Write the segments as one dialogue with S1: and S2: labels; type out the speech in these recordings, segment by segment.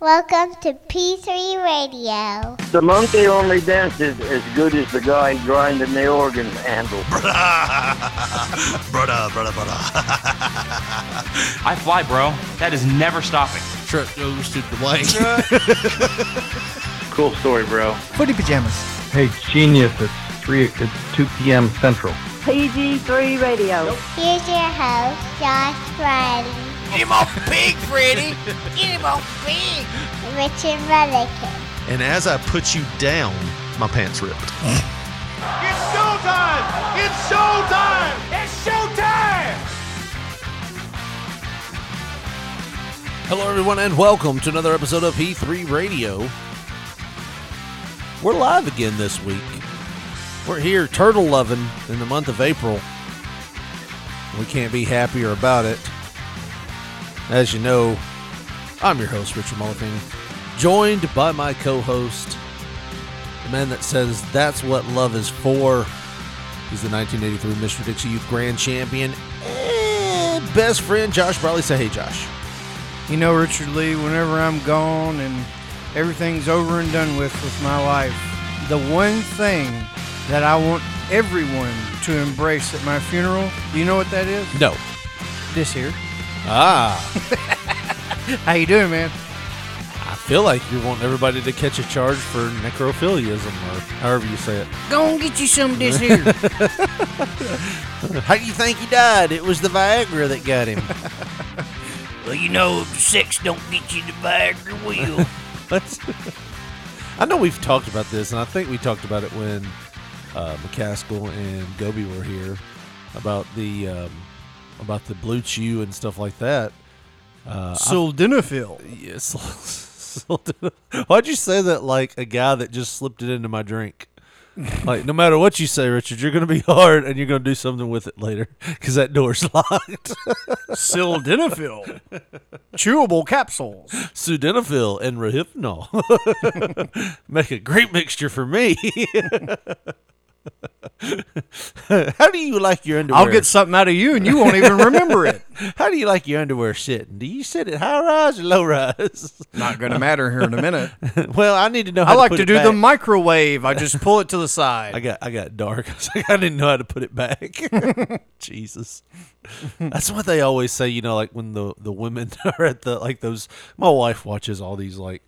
S1: Welcome to P3 Radio.
S2: The monkey only dances as good as the guy grinding the organ handle.
S3: brother, brother, brother.
S4: I fly, bro. That is never stopping.
S5: Trip goes to Dwayne.
S2: Cool story, bro.
S6: Footy pajamas.
S7: Hey, genius, it's 3, it's 2 p.m. Central.
S8: PG3 Radio.
S1: Here's your host, Josh Friday,
S3: Pig Freddy.
S1: Richard Mullican.
S5: and as I put you down, my pants ripped. Hello, everyone, and welcome to another episode of P3 Radio. We're live again this week. We're here, turtle loving, in the month of April. We can't be happier about it. As you know, I'm your host, Richard Mulligan, joined by my co host, the man that says that's what love is for. He's the 1983 Mr. Dixie Youth Grand Champion and best friend, Josh Bradley. Say, hey, Josh.
S6: You know, Richard Lee, whenever I'm gone and everything's over and done with with my life, the one thing that I want everyone to embrace at my funeral, you know what that is?
S5: No.
S6: This here.
S5: Ah,
S6: How you doing, man?
S5: I feel like you want everybody to catch a charge for necrophiliism or however you say it.
S6: Go and get you some of this here.
S5: How do you think he died? It was the Viagra that got him.
S9: Well, you know, if sex don't get you the Viagra wheel.
S5: That's- I know we've talked about this, and I think we talked about it when uh, McCaskill and Gobi were here about the um, about the blue chew and stuff like that.
S6: Sildenafil.
S5: Yes. Why'd you say that like a guy that just slipped it into my drink? Like no matter what you say, Richard, you're gonna be hard and you're gonna do something with it later because that door's locked.
S6: Sildenafil. Chewable capsules.
S5: Sildenafil and Rohypnol make a great mixture for me. How do you like your underwear?
S6: I'll get something out of you and you won't even remember it.
S5: How do you like your underwear sitting? Do you sit it high rise or low rise?
S6: Not going to matter here in a minute.
S5: well, I need to know. How
S6: I like
S5: put
S6: to
S5: it
S6: do
S5: back.
S6: the microwave. I just pull it to the side.
S5: I got I got dark. I was like, I didn't know how to put it back. Jesus, that's what they always say. You know, like when the the women are at the like those. My wife watches all these like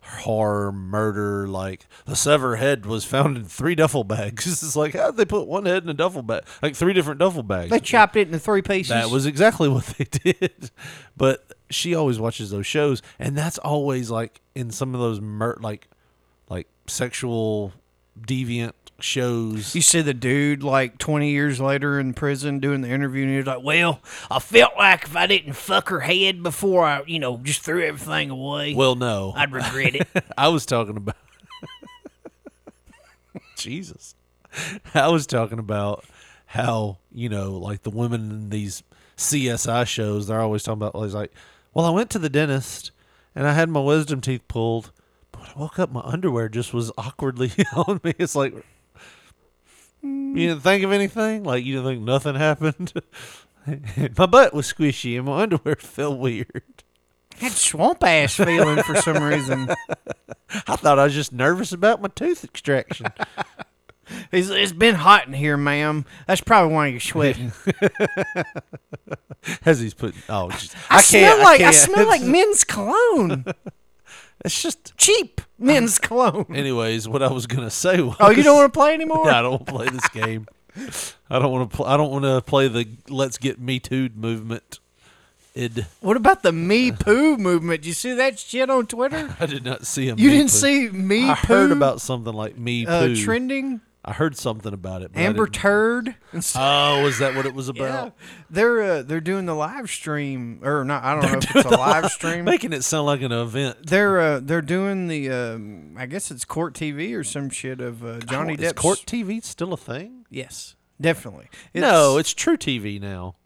S5: horror murder. Like the severed head was found in three duffel bags. It's like how did they put one head in a duffel bag? Like three different duffel bags.
S6: They chopped it into three pieces.
S5: That was exactly what they did. But she always watches those shows, and that's always like in some of those mer- like like sexual deviant shows.
S6: You see the dude like 20 years later in prison doing the interview, and he's like,
S9: well, I felt like if I didn't fuck her head before I, you know, just threw everything away,
S5: Well, no,
S9: I'd regret it.
S5: I was talking about Jesus. I was talking about how you know, like the women in these CSI shows, they're always talking about like, like, well, I went to the dentist and I had my wisdom teeth pulled, but when I woke up, my underwear just was awkwardly on me. It's like you didn't think of anything, like you didn't think nothing happened. my butt was squishy and my underwear felt weird.
S6: that swamp ass feeling for some reason.
S5: I thought I was just nervous about my tooth extraction.
S6: It's, it's been hot in here, ma'am. That's probably why you're sweating.
S5: As he's putting, oh, just,
S6: I, smell
S5: can't,
S6: like I,
S5: can't.
S6: smell like men's cologne.
S5: It's just.
S6: Cheap men's cologne.
S5: Anyways, what I was gonna say was.
S6: Oh, you don't want to play anymore?
S5: No, I don't want to play this game. I don't want to. Pl- I don't want to play the "Let's Get Me Too" movement. Id.
S6: What about the me poo movement? You see that shit on Twitter?
S5: I did not see him.
S6: You didn't see me
S5: I
S6: poo
S5: heard about something like me
S6: uh,
S5: poo.
S6: trending?
S5: I heard something about it. but I
S6: Amber
S5: didn't-
S6: Turd and stuff.
S5: Oh, is that what it was
S6: Yeah,
S5: about?
S6: they're uh, they're doing the live stream or not? I don't know if it's a live stream.
S5: Making it sound like an event.
S6: They're uh, they're doing the um, I guess it's court TV or some shit of uh, Johnny
S5: Is
S6: Depp's
S5: court TV still a thing?
S6: Yes, definitely.
S5: no, it's true TV now.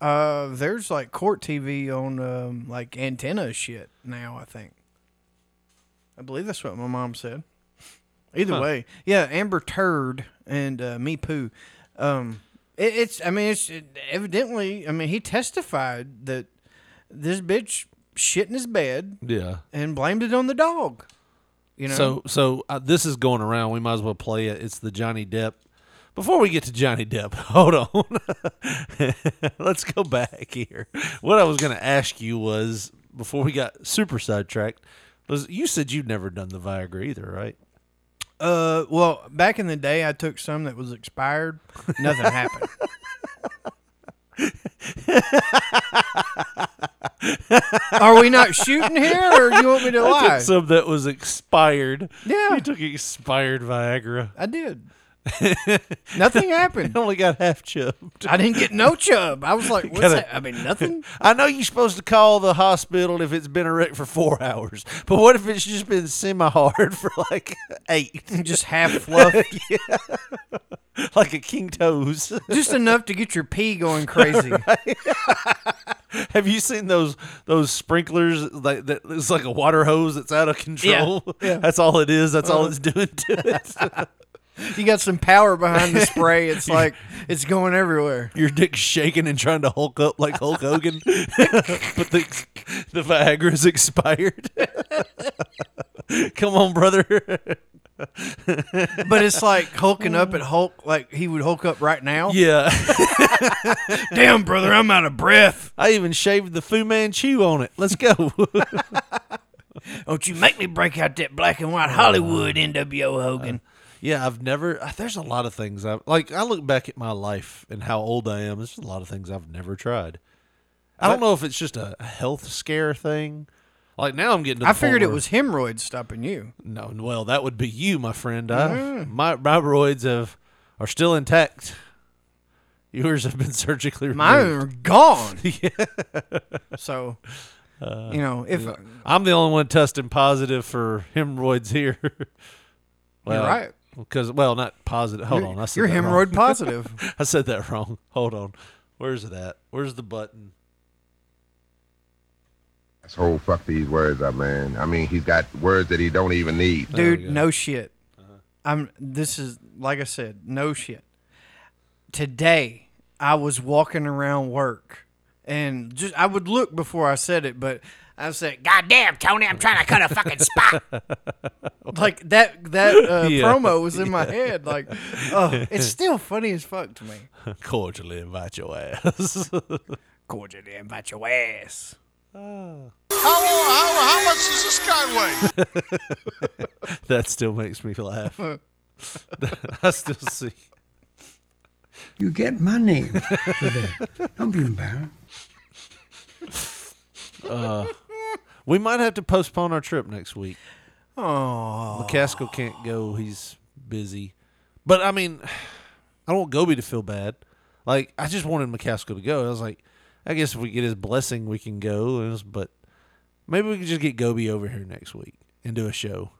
S6: uh, there's like court TV on um, like antenna shit now. I think. I believe that's what my mom said. Either way, yeah, Amber Turd and uh, Me Poo. Um, it, it's I mean it's it, evidently I mean he testified that this bitch shit in his bed
S5: Yeah.
S6: and blamed it on the dog. You know,
S5: So so uh, this is going around. We might as well play it. It's the Johnny Depp. Before we get to Johnny Depp, hold on. Let's go back here. What I was going to ask you was before we got super sidetracked was you said you've never done the Viagra either, right?
S6: uh, well, back in the day, I took some that was expired. Nothing happened. Are we not shooting here, or you want me to
S5: I
S6: lie?
S5: took some that was expired.
S6: Yeah.
S5: you took expired Viagra.
S6: I did. Nothing
S5: I
S6: happened.
S5: only got half chubbed.
S6: I didn't get no chub. I was like, what's
S5: Gotta-
S6: that? I mean, nothing.
S5: I know you're supposed to call the hospital if it's been erect for four hours, but what if it's just been semi-hard for like eight?
S6: Just half fluff.
S5: like a king toes.
S6: Just enough to get your pee going crazy.
S5: Have you seen those those sprinklers like that? It's like a water hose that's out of control. That's all it is. That's all it's doing to it.
S6: You got some power behind the spray. It's like it's going everywhere.
S5: Your dick's shaking and trying to Hulk up like Hulk Hogan, but the the Viagra's expired. Come on, brother.
S6: But it's like hulking up at Hulk, like he would hulk up right now.
S5: yeah,
S6: Damn, brother, I'm out of breath.
S5: I even shaved the Fu Manchu on it. Let's go.
S9: Don't you make me break out that black and white Hollywood, NWO Hogan.
S5: Uh, Yeah, I've never. uh, There's a lot of things I like. I look back at my life and how old I am. There's a lot of things I've never tried. I don't know if it's just a health scare thing. Like now, I'm getting. To the
S6: I
S5: point
S6: figured it
S5: where-
S6: was hemorrhoids stopping you.
S5: no. Well, that would be you, my friend. I've, My my roids have are still intact. Yours have been surgically removed.
S6: Mine are gone. So,
S5: Uh,
S6: you know, if
S5: I'm the only one testing positive for hemorrhoids here. well,
S6: right.
S5: Because well, not positive. Hold on, I said
S6: you're
S5: that wrong.
S6: hemorrhoid positive,
S5: I said that wrong. Hold on. Where's that? Where's the button?
S10: Asshole, fuck these words up, man. I mean, he's got words that he don't even need.
S5: Oh,
S6: dude, no shit.
S5: Uh-huh.
S6: I'm. This is like I said, no shit. Today, I was walking around work, and just I would look before I said it, but I said,
S9: God damn, Tony, I'm trying to cut a fucking spot.
S6: like that that uh,
S5: Yeah.
S6: promo was in my head like oh it's still funny as fuck to me
S5: Cordially invite your ass.
S9: Cordially invite your ass.
S3: How, how, how much does this guy weigh?
S5: that still makes me laugh. I still see.
S11: You get my name for that. Don't be embarrassed.
S5: Uh, We might have to postpone our trip next week. Oh, McCaskill can't go. He's busy. But I mean, I don't want Gobi to feel bad. Like I just wanted McCaskill to go. I was like, I guess if we get his blessing, we can go. It was- But maybe we can just get Gobi over here next week and do a show.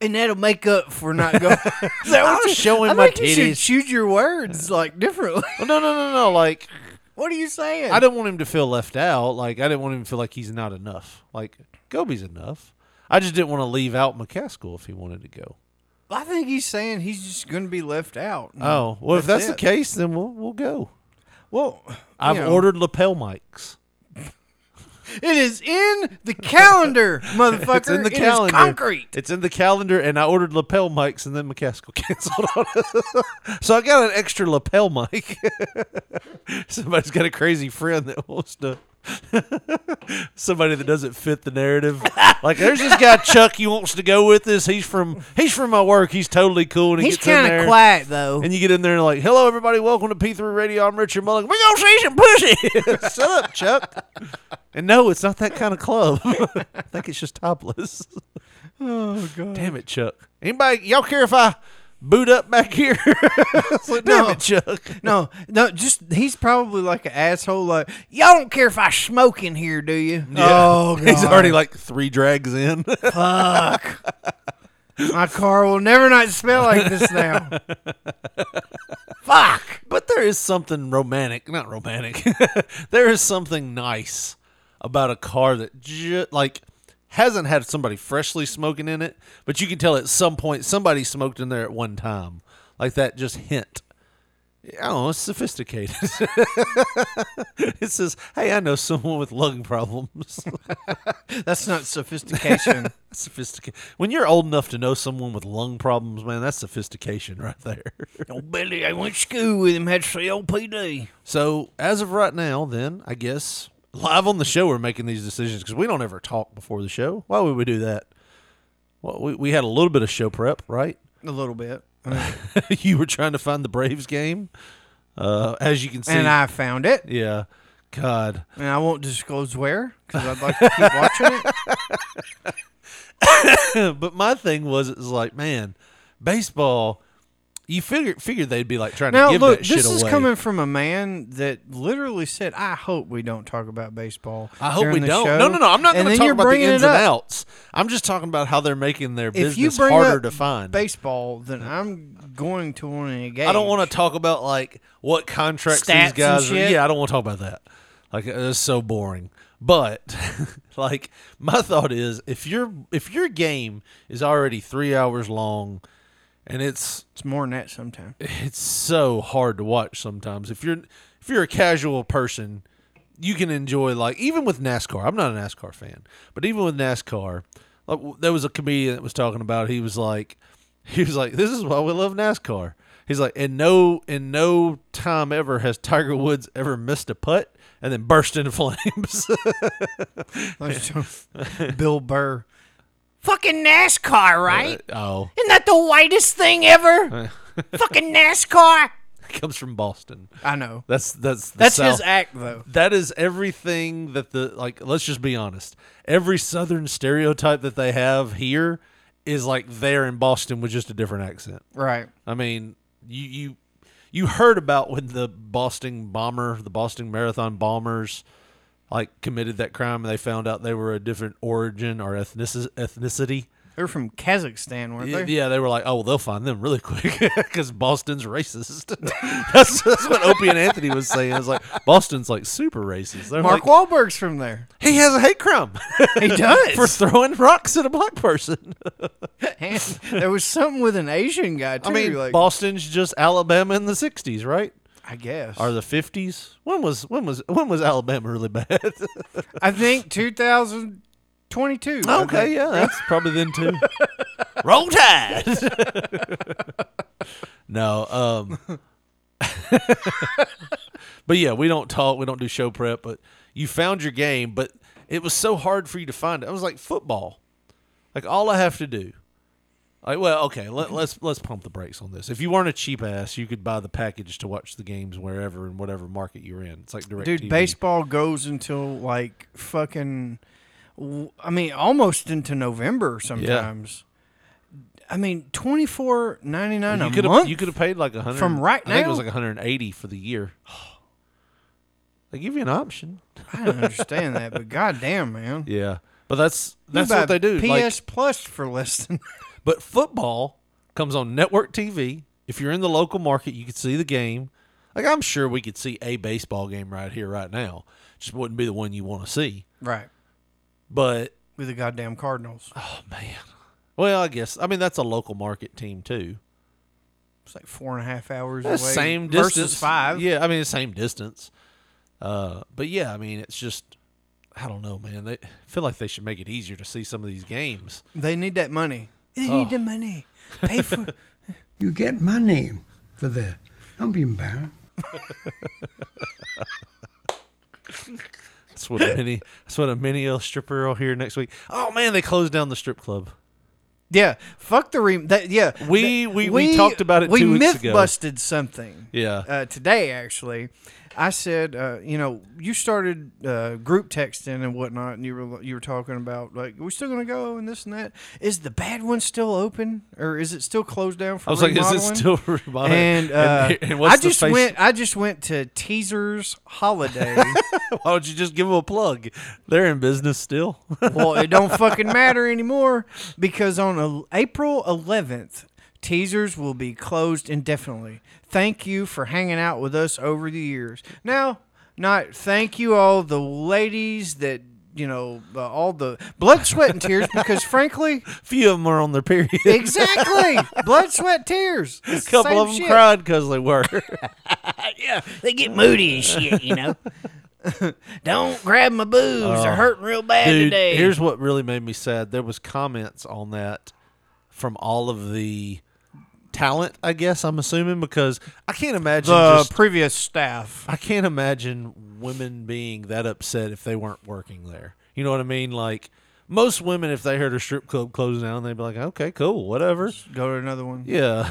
S6: and that'll make up for not going
S5: I was showing
S6: I
S5: my
S6: think you should
S5: titties.
S6: choose your words like differently
S5: Well, no, no, no, no. Like
S6: what are you saying
S5: I didn't want him to feel left out. Like I didn't want him to feel like he's not enough. Like Gobi's enough. I just didn't want to leave out McCaskill if he wanted to go.
S6: I think he's saying he's just gonna be left out
S5: Oh well, if that's
S6: That's
S5: the
S6: it.
S5: case, then we'll we'll go.
S6: well
S5: I've
S6: you know,
S5: ordered lapel mics.
S6: it is in the calendar motherfucker
S5: It's in the
S6: It is
S5: calendar.
S6: concrete
S5: It's in the calendar, and I ordered lapel mics, and then McCaskill canceled on us. so I got an extra lapel mic. Somebody's got a crazy friend that wants to. Somebody that doesn't fit the narrative. Like there's this guy Chuck he wants to go with us. He's from he's from my work. He's totally cool and he
S9: He's
S5: gets in
S9: kind
S5: there.
S9: of quiet, though.
S5: And you get in there and like, hello everybody, welcome to P3 Radio. I'm Richard Mulligan. We're gonna see some pussy. Shut up, Chuck. And no, it's not that kind of club. I think it's just topless. Oh god. Damn it, Chuck. Anybody y'all care if I boot up back here? It's like, Damn
S6: No.
S5: it, Chuck.
S6: no no just he's probably like an asshole like y'all don't care if I smoke in here do you oh God.
S5: He's already like three drags in.
S6: My car will never not smell like this now.
S5: Fuck. But there is something romantic, not romantic. there is something nice about a car that ju- like hasn't had somebody freshly smoking in it, but you can tell at some point somebody smoked in there at one time. Like that just hint. Oh, it's sophisticated. it says, "Hey, I know someone with lung problems."
S6: that's not sophistication.
S5: sophisticated. When you're old enough to know someone with lung problems, man, that's sophistication right there.
S9: Oh, Billy, I went to school with him, had COPD.
S5: So, as of right now, then I guess live on the show we're making these decisions because we don't ever talk before the show. Why would we do that? Well, we we had a little bit of show prep, right?
S6: A little bit. I mean,
S5: you were trying to find the Braves game. Uh, as you can see,
S6: And I found it.
S5: yeah, God,
S6: And I won't disclose where because I'd like to keep watching it.
S5: but my thing was, it was like, man, baseball. You figured figured they'd be like trying
S6: Now,
S5: to give
S6: look,
S5: that shit
S6: this is
S5: away.
S6: coming from a man that literally said, I hope we don't talk about baseball.
S5: I hope
S6: during
S5: we
S6: the
S5: don't.
S6: show."
S5: No, no, no. I'm not going
S6: And
S5: to
S6: then
S5: talk
S6: you're
S5: about the
S6: bringing
S5: ins
S6: it
S5: and
S6: up.
S5: outs. I'm just talking about how they're making their
S6: If you
S5: business
S6: bring
S5: harder
S6: up
S5: to find.
S6: baseball, then I'm going to want to engage.
S5: I don't want to talk about like what contracts
S6: Stats
S5: these
S6: and
S5: guys. Are.
S6: shit.
S5: Yeah, I don't want to talk about that. Like uh, it's so boring. But like my thought is, if your if your game is already three hours long, and it's
S6: It's more than that sometimes.
S5: it's so hard to watch sometimes. If you're if you're a casual person, you can enjoy like even with NASCAR. I'm not a NASCAR fan, but even with NASCAR, like, w- there was a comedian that was talking about. He was like, he was like, this is why we love NASCAR. He's like, in no in no time ever has Tiger Woods ever missed a putt and then burst into flames.
S6: Let's do- Bill Burr.
S9: Fucking NASCAR, right?
S5: oh,
S9: Isn't that the whitest thing ever? Fucking NASCAR.
S5: comes from Boston.
S6: I know.
S5: That's that's the
S6: That's
S5: South.
S6: his act, though.
S5: That is everything that the like. Let's just be honest. Every Southern stereotype that they have here is like there in Boston with just a different accent.
S6: Right.
S5: I mean, you you you heard about when the Boston bomber, the Boston Marathon bombers, like committed that crime and they found out they were a different origin or ethnici- ethnicity.
S6: They're from Kazakhstan, weren't
S5: Y-
S6: they?
S5: Yeah, they were like, oh, well, they'll find them really quick because Boston's racist. that's, that's what Opie and Anthony was saying. It's like Boston's like super racist. They're
S6: Mark
S5: like,
S6: Wahlberg's from there.
S5: he has a hate crime
S6: He
S5: for
S6: does.
S5: throwing rocks at a black person.
S6: And there was something with an Asian guy too.
S5: I mean,
S6: like
S5: Boston's just Alabama in the '60s, right?
S6: I guess.
S5: Or the '50s? When was when was when was Alabama really bad?
S6: I think 2022. I
S5: okay,
S6: think.
S5: yeah, that's probably then too. Roll Tide. no, um, but yeah, we don't talk. We don't do show prep. But you found your game, but it was so hard for you to find it. I was like football. Like all I have to do. Like well, okay. Let, let's let's pump the brakes on this. If you weren't a cheap ass, you could buy the package to watch the games wherever and whatever market you're in. It's like direct.
S6: Dude,
S5: TV.
S6: baseball goes until like fucking. w- I mean, almost into November sometimes. I mean, twenty four ninety nine
S5: You
S6: a
S5: could
S6: month.
S5: have you could have paid like a hundred
S6: From right
S5: I think it
S6: now?
S5: was like hundred and eighty for the year. They give you an option.
S6: I don't understand that, but goddamn, man, You
S5: Yeah, but that's that's
S6: buy
S5: what they do.
S6: PS
S5: Like,
S6: Plus for less than
S5: but football comes on network TV. If you're in the local market, you could see the game. Like I'm sure we could see a baseball game right here, right now. Just wouldn't be the one you want to see.
S6: right
S5: But
S6: with the goddamn Cardinals.
S5: oh man, well I guess I mean that's a local market team too.
S6: It's like four and a half hours
S5: That's
S6: away.
S5: same
S6: versus
S5: distance
S6: five.
S5: Yeah, I mean it's same distance. Uh, but yeah, I mean it's just I don't know, man. They I feel like they should make it easier to see some of these games.
S6: They need that money. They need the money. Pay for
S11: You get money for that. Don't be embarrassed.
S5: That's what a mini that's what a mini uh, stripper will hear next week. Oh man, they closed down the strip club.
S6: yeah. Fuck the re. That, yeah.
S5: We- we- we talked about it
S6: We
S5: two weeks
S6: myth
S5: ago.
S6: busted something.
S5: Yeah.
S6: Uh, today actually, I said, uh, you know, you started uh, group texting and whatnot, and you were you were talking about like, are we still gonna go and this and that. Is the bad one still open or is it still closed down for?
S5: I was like, is it
S6: remodeling?
S5: still remodeling?
S6: And, uh,
S5: And- and what's
S6: I
S5: the
S6: just
S5: face-
S6: went. I just went to Teasers Holiday.
S5: Why don't you just give them a plug? They're in business still.
S6: well, it don't fucking matter anymore because on a, April 11th, teasers will be closed indefinitely. Thank you for hanging out with us over the years. Now, not thank you all the ladies that you know uh, all the blood, sweat, and tears because frankly,
S5: Few of them are on their period.
S6: exactly blood, sweat, tears. It's
S5: a
S6: the
S5: couple
S6: same
S5: of them
S6: shit.
S5: cried because they were.
S9: yeah, they get moody and shit, you know. Don't grab my boobs;
S5: Oh.
S9: they're hurting real bad
S5: Dude,
S9: today.
S5: Here's what really made me sad. There was comments on that from all of the talent, I guess I'm assuming because I can't imagine
S6: The
S5: just-
S6: previous staff.
S5: I can't imagine women being that upset if they weren't working there. You know what I mean? Like most women, if they heard a strip club closing down, they'd be like, "Okay, cool, whatever."
S6: Go to another one.
S5: Yeah,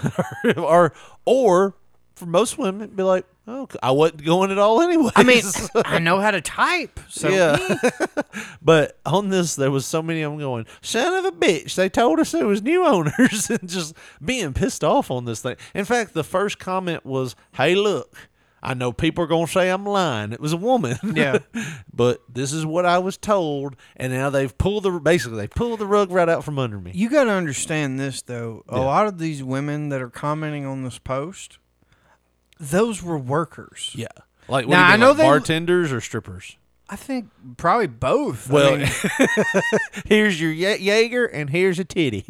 S5: or or for most women, it'd be like, "Oh, I wasn't going at all anyway."
S6: I mean, I know how to type. So
S5: yeah. but on this, there was so many of them going, son of a bitch. They told us there was new owners and just being pissed off on this thing. In fact, the first comment was, hey, look, I know people are going to say I'm lying. It was a woman.
S6: Yeah.
S5: but this is what I was told. And now they've pulled the, basically, they pulled the rug right out from under me.
S6: You got to understand this though. A lot of these women that are commenting on this post, those were workers.
S5: Yeah. Like, what
S6: Now,
S5: do you mean,
S6: I know
S5: like
S6: they-
S5: bartenders or strippers?
S6: I think probably both. I
S5: Well,
S6: mean,
S5: here's your Ye- Jaeger and here's a titty.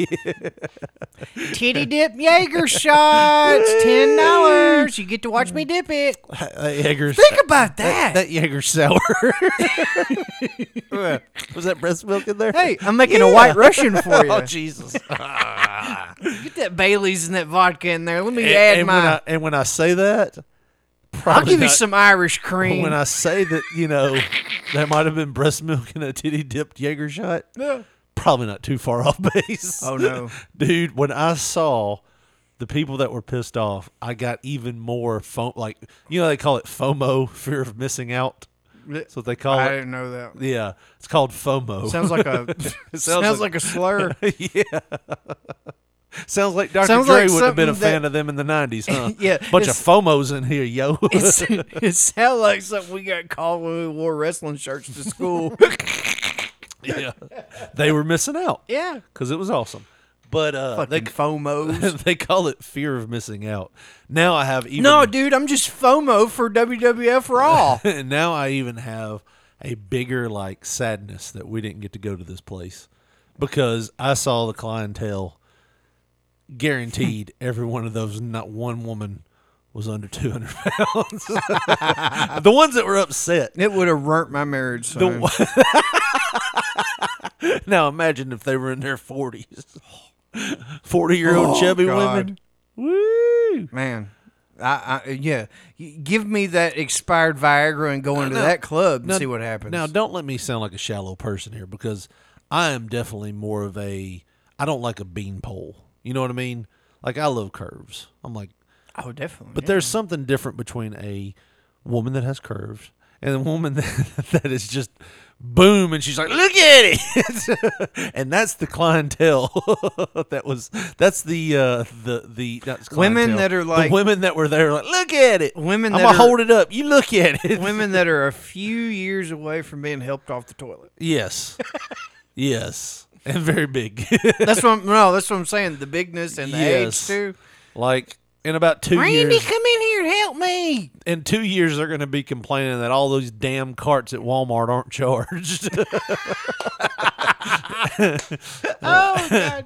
S6: titty dip Jaeger shots, ten dollars. You get to watch me dip it.
S5: That Jaeger's
S6: Think about that.
S5: That Jaeger's sour. Was that breast milk in there?
S6: Hey, I'm making a white Russian for you.
S5: Oh Jesus!
S6: Get that Bailey's and that vodka in there. Let me
S5: and,
S6: add
S5: and
S6: my.
S5: when I, and when I say that,
S6: I'll
S5: probably
S6: give you
S5: not-
S6: some Irish cream.
S5: When I say that, you know, there might have been breast milk in a titty dipped Jaeger shot.
S6: Yeah.
S5: Probably not too far off base.
S6: Oh, no.
S5: dude! When I saw the people that were pissed off, I got even more phone like you know they call it FOMO, fear of missing out. That's what they call
S6: I
S5: it.
S6: didn't know that.
S5: Yeah, it's called FOMO.
S6: Sounds like a
S5: It
S6: sounds, like, a slur.
S5: yeah. Sounds like Dr.
S6: Sounds
S5: Dre
S6: like
S5: would have been a
S6: something that-
S5: fan of them in the '90s, huh?
S6: Yeah,
S5: bunch of
S6: it's-
S5: FOMOs in here, yo.
S6: It's, it sounds like something we got called when we wore wrestling shirts to school.
S5: yeah, they were missing out.
S6: Yeah.
S5: because it was awesome. But uh, they
S6: Fucking FOMOs.
S5: they call it fear of missing out. Now I have even
S6: no, dude, I'm just FOMO for WWF Raw.
S5: now I even have a bigger like sadness that we didn't get to go to this place because I saw the clientele guaranteed every one of those not one woman was under 200 pounds the ones that were upset
S6: it would have burnt my marriage.
S5: the
S6: son.
S5: one- now imagine if they were in their 40s 40 year old
S6: Oh,
S5: chubby
S6: God.
S5: women woo
S6: Man, I, I yeah, Y- give me that expired Viagra and go into that club and
S5: Now-
S6: see what happens.
S5: Now, don't let me sound like a shallow person here because I am definitely more of a. I don't like a beanpole. You know what I mean? Like I love curves. I'm like,
S6: oh, definitely.
S5: but there's something different between a woman that has curves and a woman that, that is just boom and she's like look at it and that's the clientele that was that's the uh the the that's
S6: Women
S5: clientele.
S6: that are
S5: The
S6: like-
S5: women that were there like look at it
S6: Women
S5: i'm
S6: that
S5: gonna
S6: are-
S5: hold it up you look at it
S6: women that are a few years away from being helped off the toilet.
S5: Yes. yes. And very big.
S6: That's what I'm, no, that's what I'm saying. The bigness and the
S5: Yes.
S6: age too.
S5: like in about two
S6: Randy,
S5: years
S6: come in here and help me.
S5: in two years they're gonna be complaining that all those damn carts at Walmart aren't charged.
S6: Oh, God.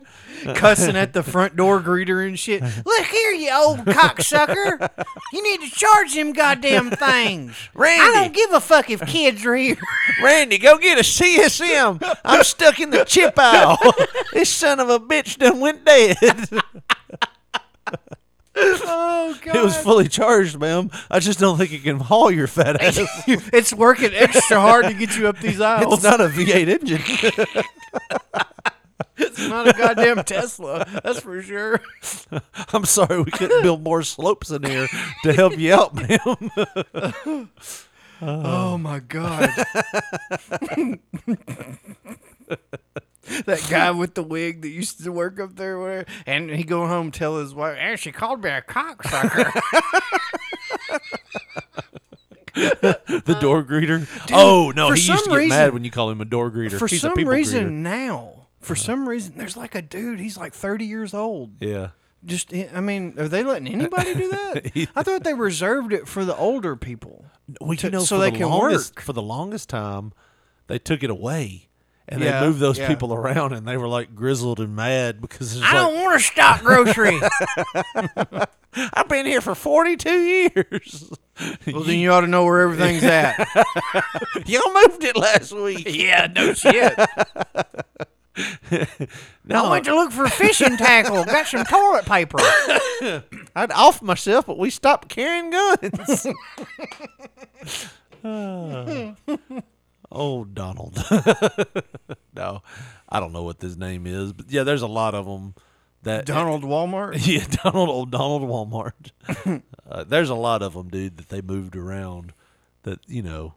S6: cussing at the front door greeter and shit. Look here, you old cocksucker! You need to charge them goddamn things. I
S5: Randy.
S6: don't give a fuck if kids are here.
S5: Randy, go get a CSM. I'm stuck in the chip aisle. this son of a bitch done went dead.
S6: Oh God!
S5: it was fully charged, ma'am. I just don't think it can haul your fat ass.
S6: it's working extra hard to get you up these aisles.
S5: it's not a V eight engine.
S6: not a goddamn Tesla, that's for sure.
S5: I'm sorry we couldn't build more slopes in here to help you out, ma'am.
S6: Oh my god. that guy with the wig that used to work up there, whatever, and he go home tell his wife, "Hey, she called me a cocksucker."
S5: The door greeter. oh no,
S6: for
S5: he used to
S6: some
S5: get mad
S6: reason-
S5: when you call him a door greeter.
S6: for
S5: He's a
S6: some
S5: people
S6: reason now, for some reason, there's like a dude. He's like 30 years old.
S5: greeter. Yeah.
S6: Just, eh, I mean, are they letting anybody do that? I thought they reserved it for the older people.
S5: Well, you
S6: To-
S5: know,
S6: so
S5: for
S6: they
S5: the
S6: can
S5: longest,
S6: work.
S5: For the longest time, they took it away, and they
S6: Yeah,
S5: moved those
S6: yeah.
S5: people around, and they were like grizzled and mad because it's
S9: I
S5: like,
S9: don't want to stock grocery.
S5: I've been here for forty-two years.
S6: Well, then you ought to know where everything's at.
S5: Y'all moved it last week.
S9: yeah, no shit.
S5: No,
S9: I went to look for fishing tackle. Got some toilet paper.
S5: I'd off myself, but we stopped carrying guns. oh, Donald. no, I don't know what his name is, but yeah, there's a lot of them. That
S6: Donald Walmart.
S5: yeah, Donald old Donald Walmart. uh, there's a lot of them, dude, that they moved around. That you know,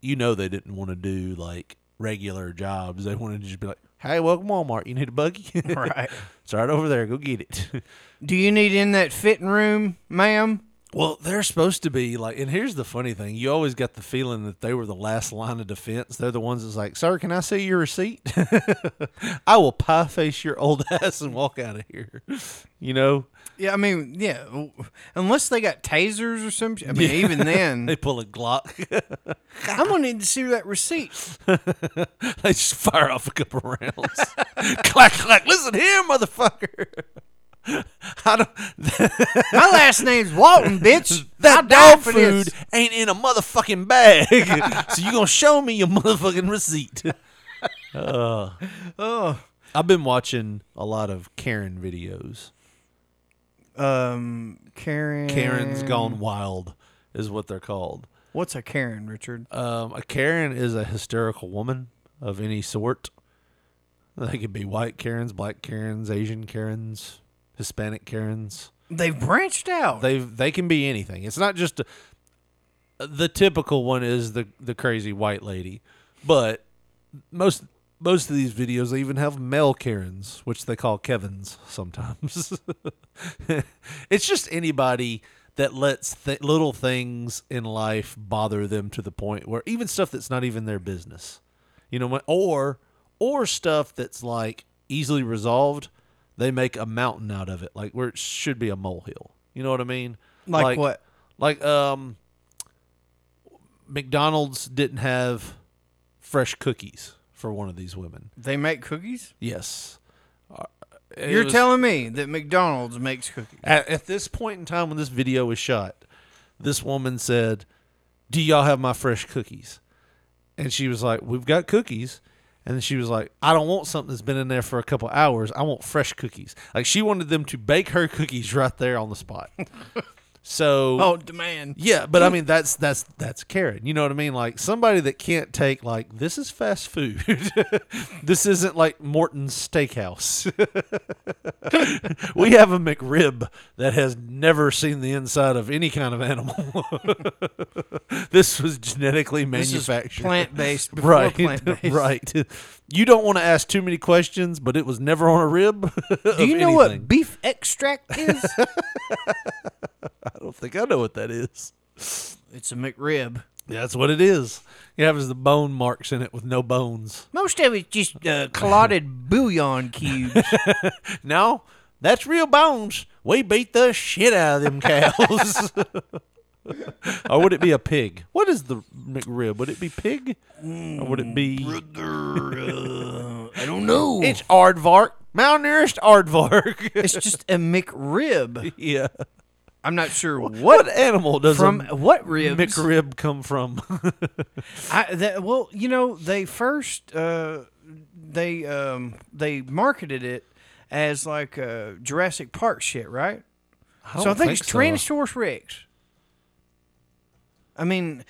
S5: you know, they didn't want to do like regular jobs. They wanted to just be like, "Hey, welcome Walmart. You need a buggy?
S6: Right.
S5: it's right over there. Go get it."
S6: Do you need in that fitting room, ma'am?
S5: Well, they're supposed to be like, and here's the funny thing: you always got the feeling that they were the last line of defense. They're the ones that's like, "Sir, can I see your receipt? I will pie face your old ass and walk out of here." You know,
S6: Yeah, I mean, yeah. w- Unless they got tasers or some shit. I mean, even then,
S5: they pull a Glock,
S6: I'm gonna need to see that receipt.
S5: they just fire off a couple rounds, clack clack. Listen here, motherfucker. I don't.
S6: My last name's Walton, bitch. I
S5: That
S6: died
S5: dog
S6: for this.
S5: food ain't in a motherfucking bag. so you gonna show me your motherfucking receipt. Uh, I've been watching a lot of Karen videos.
S6: Um, Karen.
S5: Karen's gone wild is what they're called.
S6: What's a Karen, Richard?
S5: Um, a Karen is a hysterical woman of any sort. They could be white Karens, black Karens, Asian Karens, Hispanic Karens.
S6: They've branched out.
S5: They they can be anything. It's not just uh, the typical one is the the crazy white lady, but most most of these videos they even have male Karens, which they call Kevin's sometimes. it's just anybody that lets th- little things in life bother them to the point where even stuff that's not even their business, you know, or or stuff that's like easily resolved, they make a mountain out of it, like where it should be a molehill. You know what I mean?
S6: Like what?
S5: Like um, McDonald's didn't have fresh cookies for one of these women.
S6: They make cookies.
S5: Yes. Uh, it
S6: You're
S5: was-
S6: telling me that McDonald's makes cookies.
S5: at, at this point in time when this video was shot, this woman said, "Do y'all have my fresh cookies?" And she was like, "We've got cookies." And then she was like, "I don't want something that's been in there for a couple hours. I want fresh cookies." Like she wanted them to bake her cookies right there on the spot. so
S6: Oh, demand.
S5: yeah, but I mean that's that's that's Karen. You know what I mean? Like somebody that can't take like this is fast food. this isn't like Morton's Steakhouse. we have a McRib that has never seen the inside of any kind of animal. this was genetically
S6: This is
S5: manufactured.
S6: plant based.
S5: Right,
S6: Plant based.
S5: right. You don't want to ask too many questions, but it was never on a rib.
S6: Do you know
S5: anything.
S6: what beef extract is?
S5: I don't think I know what that is.
S6: it's a McRib.
S5: That's what it is. It has the bone marks in it with no bones.
S6: Most of it's just uh, clotted bouillon cubes.
S5: No, that's real bones. We beat the shit out of them cows. or would it be a pig? What is the McRib? Would it be pig? Or would it be?
S6: I don't know.
S5: Mm, It's aardvark. Mountaineerist aardvark.
S6: It's just a McRib.
S5: yeah.
S6: I'm not sure what,
S5: What, animal does
S6: from
S5: a
S6: what ribs.
S5: McRib come from?
S6: I, that, well, you know, they first uh, they um, they marketed it as like uh, Jurassic Park shit, right? so I think, it's Tyrannosaurus Rex. I mean,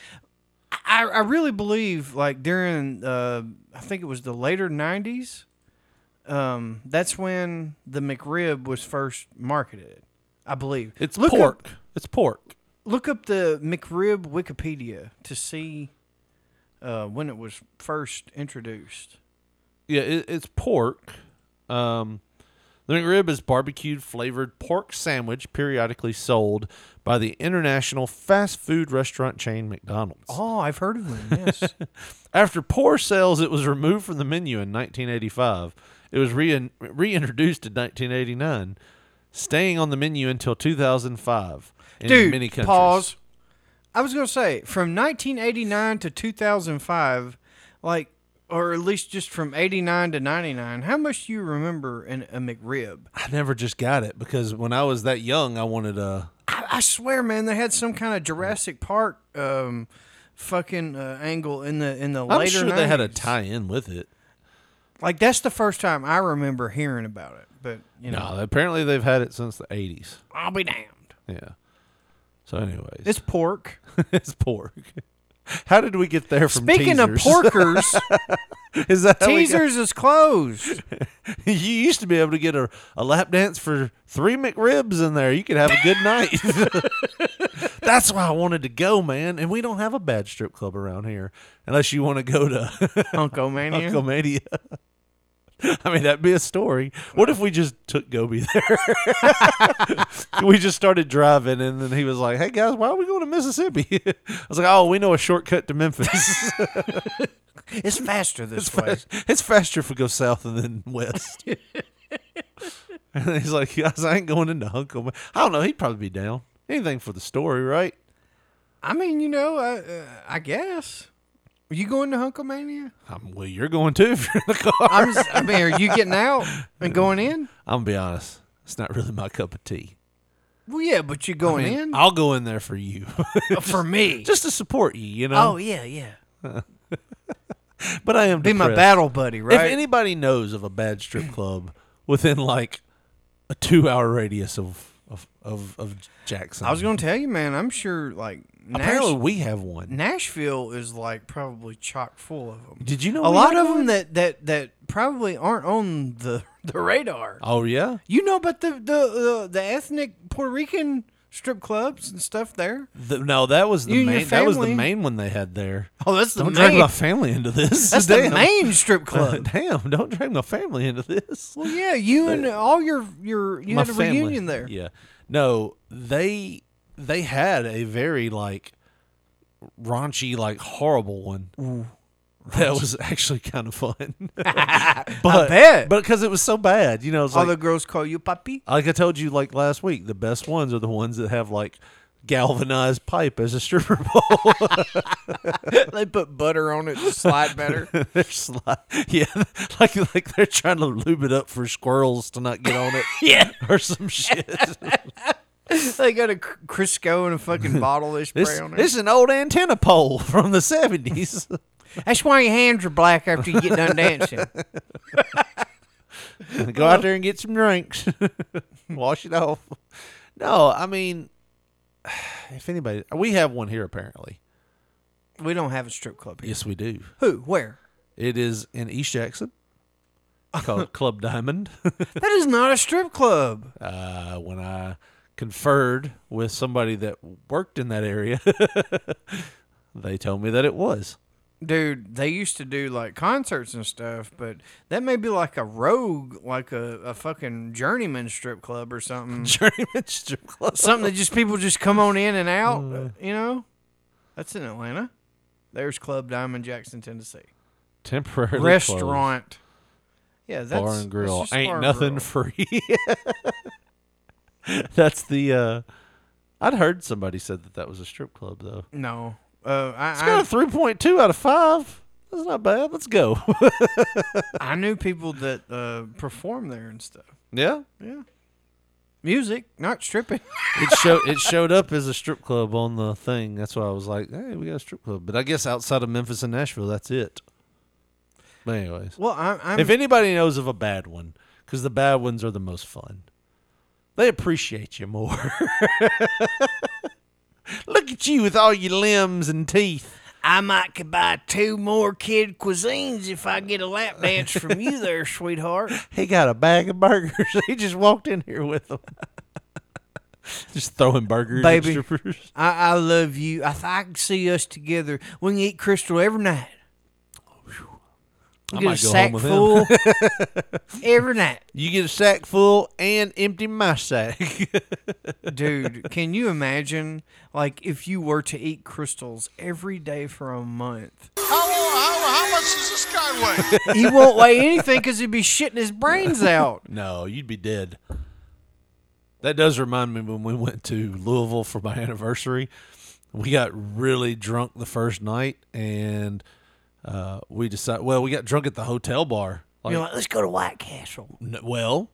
S6: I, I really believe like during uh, I think it was the later '90s. Um, that's when the McRib was first marketed. I believe
S5: It's
S6: look
S5: pork.
S6: Up,
S5: It's pork.
S6: look up the McRib Wikipedia to see uh, when it was first introduced.
S5: Yeah, it, it's pork. Um, the McRib is barbecued flavored pork sandwich periodically sold by the international fast food restaurant chain McDonald's.
S6: Oh, I've heard of them. Yes.
S5: After poor sales, it was removed from the menu in 1985. It was rein reintroduced in 1989, staying on the menu until 2005 in
S6: Dude,
S5: many countries.
S6: pause. I was gonna say from 1989 to 2005, like or at least just from 89 to 99, how much do you remember in a McRib?
S5: I never just got it because when I was that young, I wanted a.
S6: I, I swear, man, they had some kind of Jurassic Park um, fucking uh, angle in the in the
S5: I'm
S6: later.
S5: sure they had
S6: 90s.
S5: a tie in with it.
S6: like that's the first time I remember hearing about it. But you know,
S5: No, apparently they've had it since the 80s.
S6: I'll be damned.
S5: Yeah. So, anyways,
S6: It's pork.
S5: it's pork. How did we get there from
S6: Speaking
S5: teasers?
S6: of porkers,
S5: is that how we got-
S6: teasers is closed.
S5: you used to be able to get a, a lap dance for three McRibs in there. You could have a good night. That's why I wanted to go, man. And we don't have a bad strip club around here, unless you want to go to
S6: Uncle Mania.
S5: Uncle Mania. I mean, that'd be a story. What if we just took Gobi there? we just started driving, and then he was like, "Hey guys, why are we going to Mississippi?" I was like, "Oh, we know a shortcut to Memphis.
S6: It's faster this way.
S5: it's faster if we go south and then west." and he's like, "Guys, I ain't going into Uncle." Ma-" I don't know. He'd probably be down. Anything for the story, right?
S6: I mean, you know, I, uh, I guess. Are you going to Uncle Mania?
S5: I'm, well, you're going too if you're in the car.
S6: I'm just, I mean, are you getting out and going in?
S5: I'm gonna be honest. It's not really my cup of tea.
S6: Well, yeah, but you're going in
S5: I'll go in there for you,
S6: for me.
S5: just to support you. You know.
S6: oh yeah, yeah.
S5: But I am
S6: Be my
S5: depressed.
S6: battle buddy, right?
S5: If anybody knows of a bad strip club within like a two-hour radius of of of, of Jackson,
S6: I was going to tell you, man. I'm sure, like Nash-
S5: Apparently, we have one.
S6: Nashville is like probably chock full of them.
S5: Did you know
S6: A
S5: we
S6: lot
S5: had
S6: of
S5: one?
S6: them that that that probably aren't on the the radar.
S5: Oh yeah,
S6: You know about the the uh, the ethnic Puerto Rican strip clubs and stuff there.
S5: the, no, that was the
S6: You and your
S5: main. That was the
S6: family.
S5: main one they had there.
S6: Oh, that's the
S5: Don't drag
S6: main.
S5: my family into this.
S6: That's the
S5: Damn.
S6: main strip club.
S5: Damn, don't drag my family into this.
S6: well, yeah, you and all your your you
S5: My
S6: had a
S5: family-
S6: reunion there.
S5: Yeah. No, they they had a very like raunchy, like horrible one. That was actually kind of fun. but
S6: bet.
S5: but because it was so bad, you know, it's
S6: All
S5: like,
S6: the girls call you papi.
S5: like I told you like last week, the best ones are the ones that have like galvanized pipe as a stripper pole.
S6: they put butter on it to slide better.
S5: they're sli- yeah, like like they're trying to lube it up for squirrels to not get on it.
S9: Yeah.
S5: or some shit.
S6: they got a cr- Crisco and a fucking bottle they spray
S5: This,
S6: on it.
S5: this is an old antenna pole from the seventies.
S6: That's why your hands are black after you get done dancing.
S5: Go out there and get some drinks. Wash it off. No, I mean, if anybody, we have one here apparently.
S6: we don't have a strip club here.
S5: Yes, we do.
S6: Who? Where?
S5: It is in East Jackson called Club Diamond.
S6: That is not a strip club.
S5: uh, when I conferred with somebody that worked in that area, they told me that it was.
S6: Dude, they used to do like concerts and stuff, but that may be like a rogue, like a, a fucking journeyman strip club or something.
S5: Journeyman Strip Club.
S6: something that just people just come on in and out,
S5: Mm.
S6: uh, you know? That's in Atlanta. There's Club Diamond, Jackson, Tennessee.
S5: Temporarily closed.
S6: Restaurant. Yeah, that's
S5: bar and
S6: that's
S5: grill
S6: just bar
S5: ain't
S6: and
S5: nothing
S6: grill.
S5: free. That's the. uh I'd heard somebody said that that was a strip club though.
S6: No. Uh, I,
S5: It's got
S6: I-
S5: a three point two out of five. That's not bad. Let's go.
S6: I knew people that uh, perform there and stuff.
S5: yeah,
S6: Music, not stripping.
S5: it showed it showed up as a strip club on the thing. That's why I was like, hey, we got a strip club. But I guess outside of Memphis and Nashville, that's it. But anyways,
S6: Well, I'm. I'm
S5: if anybody knows of a bad one, because the bad ones are the most fun, they appreciate you more. Look at you with all your limbs and teeth.
S9: I might could buy two more kid cuisines if I get a lap dance from you there, sweetheart.
S5: He got a bag of burgers. he just walked in here with them. just throwing burgers at
S6: Baby.
S5: strippers.
S6: I, I love you. I, th- I can see us together. We can eat crystal every night.
S5: I
S6: Get a
S5: might go
S6: sack
S5: home with him.
S6: full every night,
S5: You get a sack full and empty my sack.
S6: dude. Can you imagine, like, if you were to eat crystals every day for a month?
S3: How, how, how much does this guy weigh?
S6: He won't weigh anything because he'd be shitting his brains out.
S5: no, you'd be dead. That does remind me when we went to Louisville for my anniversary. We got really drunk the first night and uh, we decided, well, we got drunk at the hotel bar.
S9: You're like, let's go to White Castle.
S5: N- well,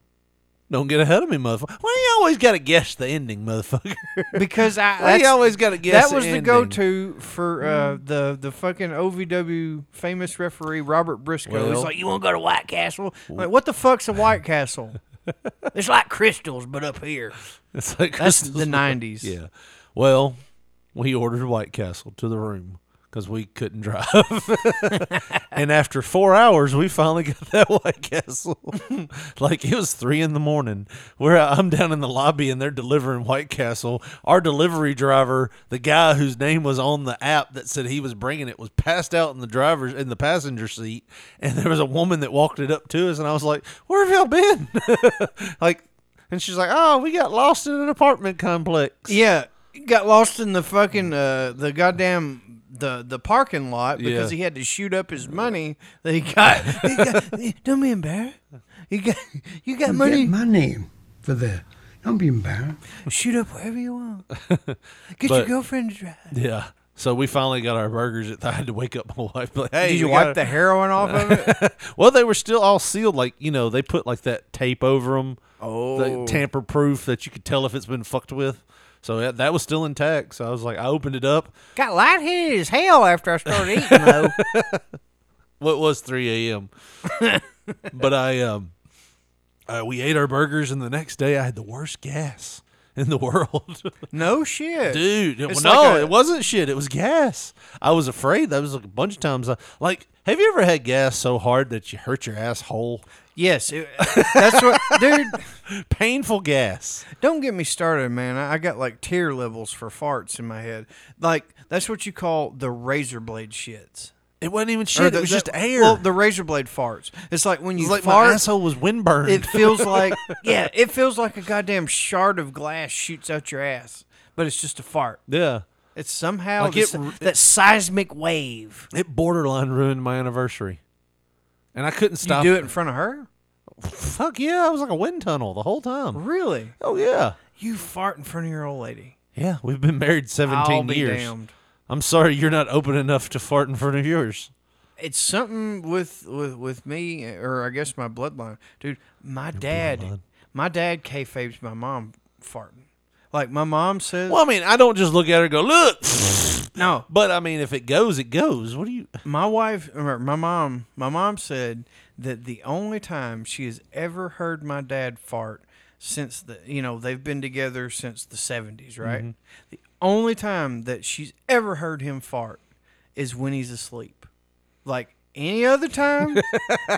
S5: don't get ahead of me, motherfucker. Why do you always got to guess the ending, motherfucker?
S6: Because
S5: Why
S6: I
S5: do you
S6: that's-
S5: always got to guess
S6: That was the
S5: ending?
S6: go-to for uh,
S5: Hmm.
S6: the the fucking OVW famous referee Robert Briscoe. He's
S9: Well-
S6: like, "You want to go to White Castle?" I'm like, what the fuck's a White Castle?
S9: It's like crystals, but up here.
S5: It's like
S9: That's
S5: Christmas
S9: the
S5: morning.
S9: 90s.
S5: Yeah. Well, we ordered White Castle to the room because we couldn't drive. and after four hours, we finally got that White Castle. like it was three in the morning. Where I'm down in the lobby and they're delivering White Castle. Our delivery driver, the guy whose name was on the app that said he was bringing it, was passed out in the driver's in the passenger seat. And there was a woman that walked it up to us, and I was like, "Where have y'all been?" like. And she's like, "Oh, we got lost in an apartment complex."
S6: Yeah, got lost in the fucking uh, the goddamn the the parking lot because
S5: Yeah.
S6: he had to shoot up his money that he got. He got- Don't be embarrassed. You got you got
S11: You
S6: money.
S11: get money for that. Don't be embarrassed.
S6: Shoot up wherever you want. Get your
S5: But-
S6: girlfriend to drive.
S5: Yeah. So we finally got our burgers. At I had to wake up my wife. Like, hey,
S6: Did you
S5: we
S6: wipe
S5: gotta-"
S6: the heroin off of it?
S5: Well, they were still all sealed. Like you know, they put like that tape over them.
S6: Oh.
S5: tamper proof that you could tell if it's been fucked with. So that, that was still intact. So I was like, I opened it up.
S6: Got lightheaded as hell after I started eating though.
S5: What was 3 a.m. but I um, uh, we ate our burgers, and the next day I had the worst gas in the world.
S6: No shit,
S5: dude. it-
S6: It's
S5: no,
S6: like a-
S5: it wasn't shit. It was gas. I was afraid. That was like a bunch of times. I, like, have you ever had gas so hard that you hurt your asshole?
S6: Yes, it- that's what, dude.
S5: Painful gas.
S6: Don't get me started, man. I I got like tier levels for farts in my head. Like that's what you call the razor blade shits.
S5: It wasn't even
S6: Or
S5: shit.
S6: the-
S5: it was
S6: the-
S5: just air.
S6: Well, the razor blade farts. It's like when
S5: it
S6: you
S5: was like
S6: fart,
S5: my asshole was windburned.
S6: it feels like yeah, it feels like a goddamn shard of glass shoots out your ass, but it's just a fart.
S5: yeah.
S6: It's somehow
S5: Like
S6: this-
S5: it-
S9: That seismic wave.
S5: It borderline ruined my anniversary, and I couldn't
S6: you
S5: stop.
S6: do it in front of her.
S5: Fuck yeah! I was like a wind tunnel the whole time.
S6: Really?
S5: Oh yeah.
S6: You fart in front of your old lady.
S5: Yeah, we've been married 17
S6: I'll be
S5: years.
S6: damned.
S5: I'm sorry you're not open enough to fart in front of yours.
S6: It's something with with with me, or I guess my bloodline, dude. My dad, my dad kayfabes my mom farting. Like my mom says,
S5: Well, I mean, I don't just look at her and go, look.
S6: no,
S5: But I mean, if it goes, it goes. What do you?
S6: my wife, or my mom, my mom said that the only time she has ever heard my dad fart since the, you know, they've been together since the seventies, right?
S5: Mm-hmm.
S6: The only time that she's ever heard him fart is when he's asleep. Like any other time,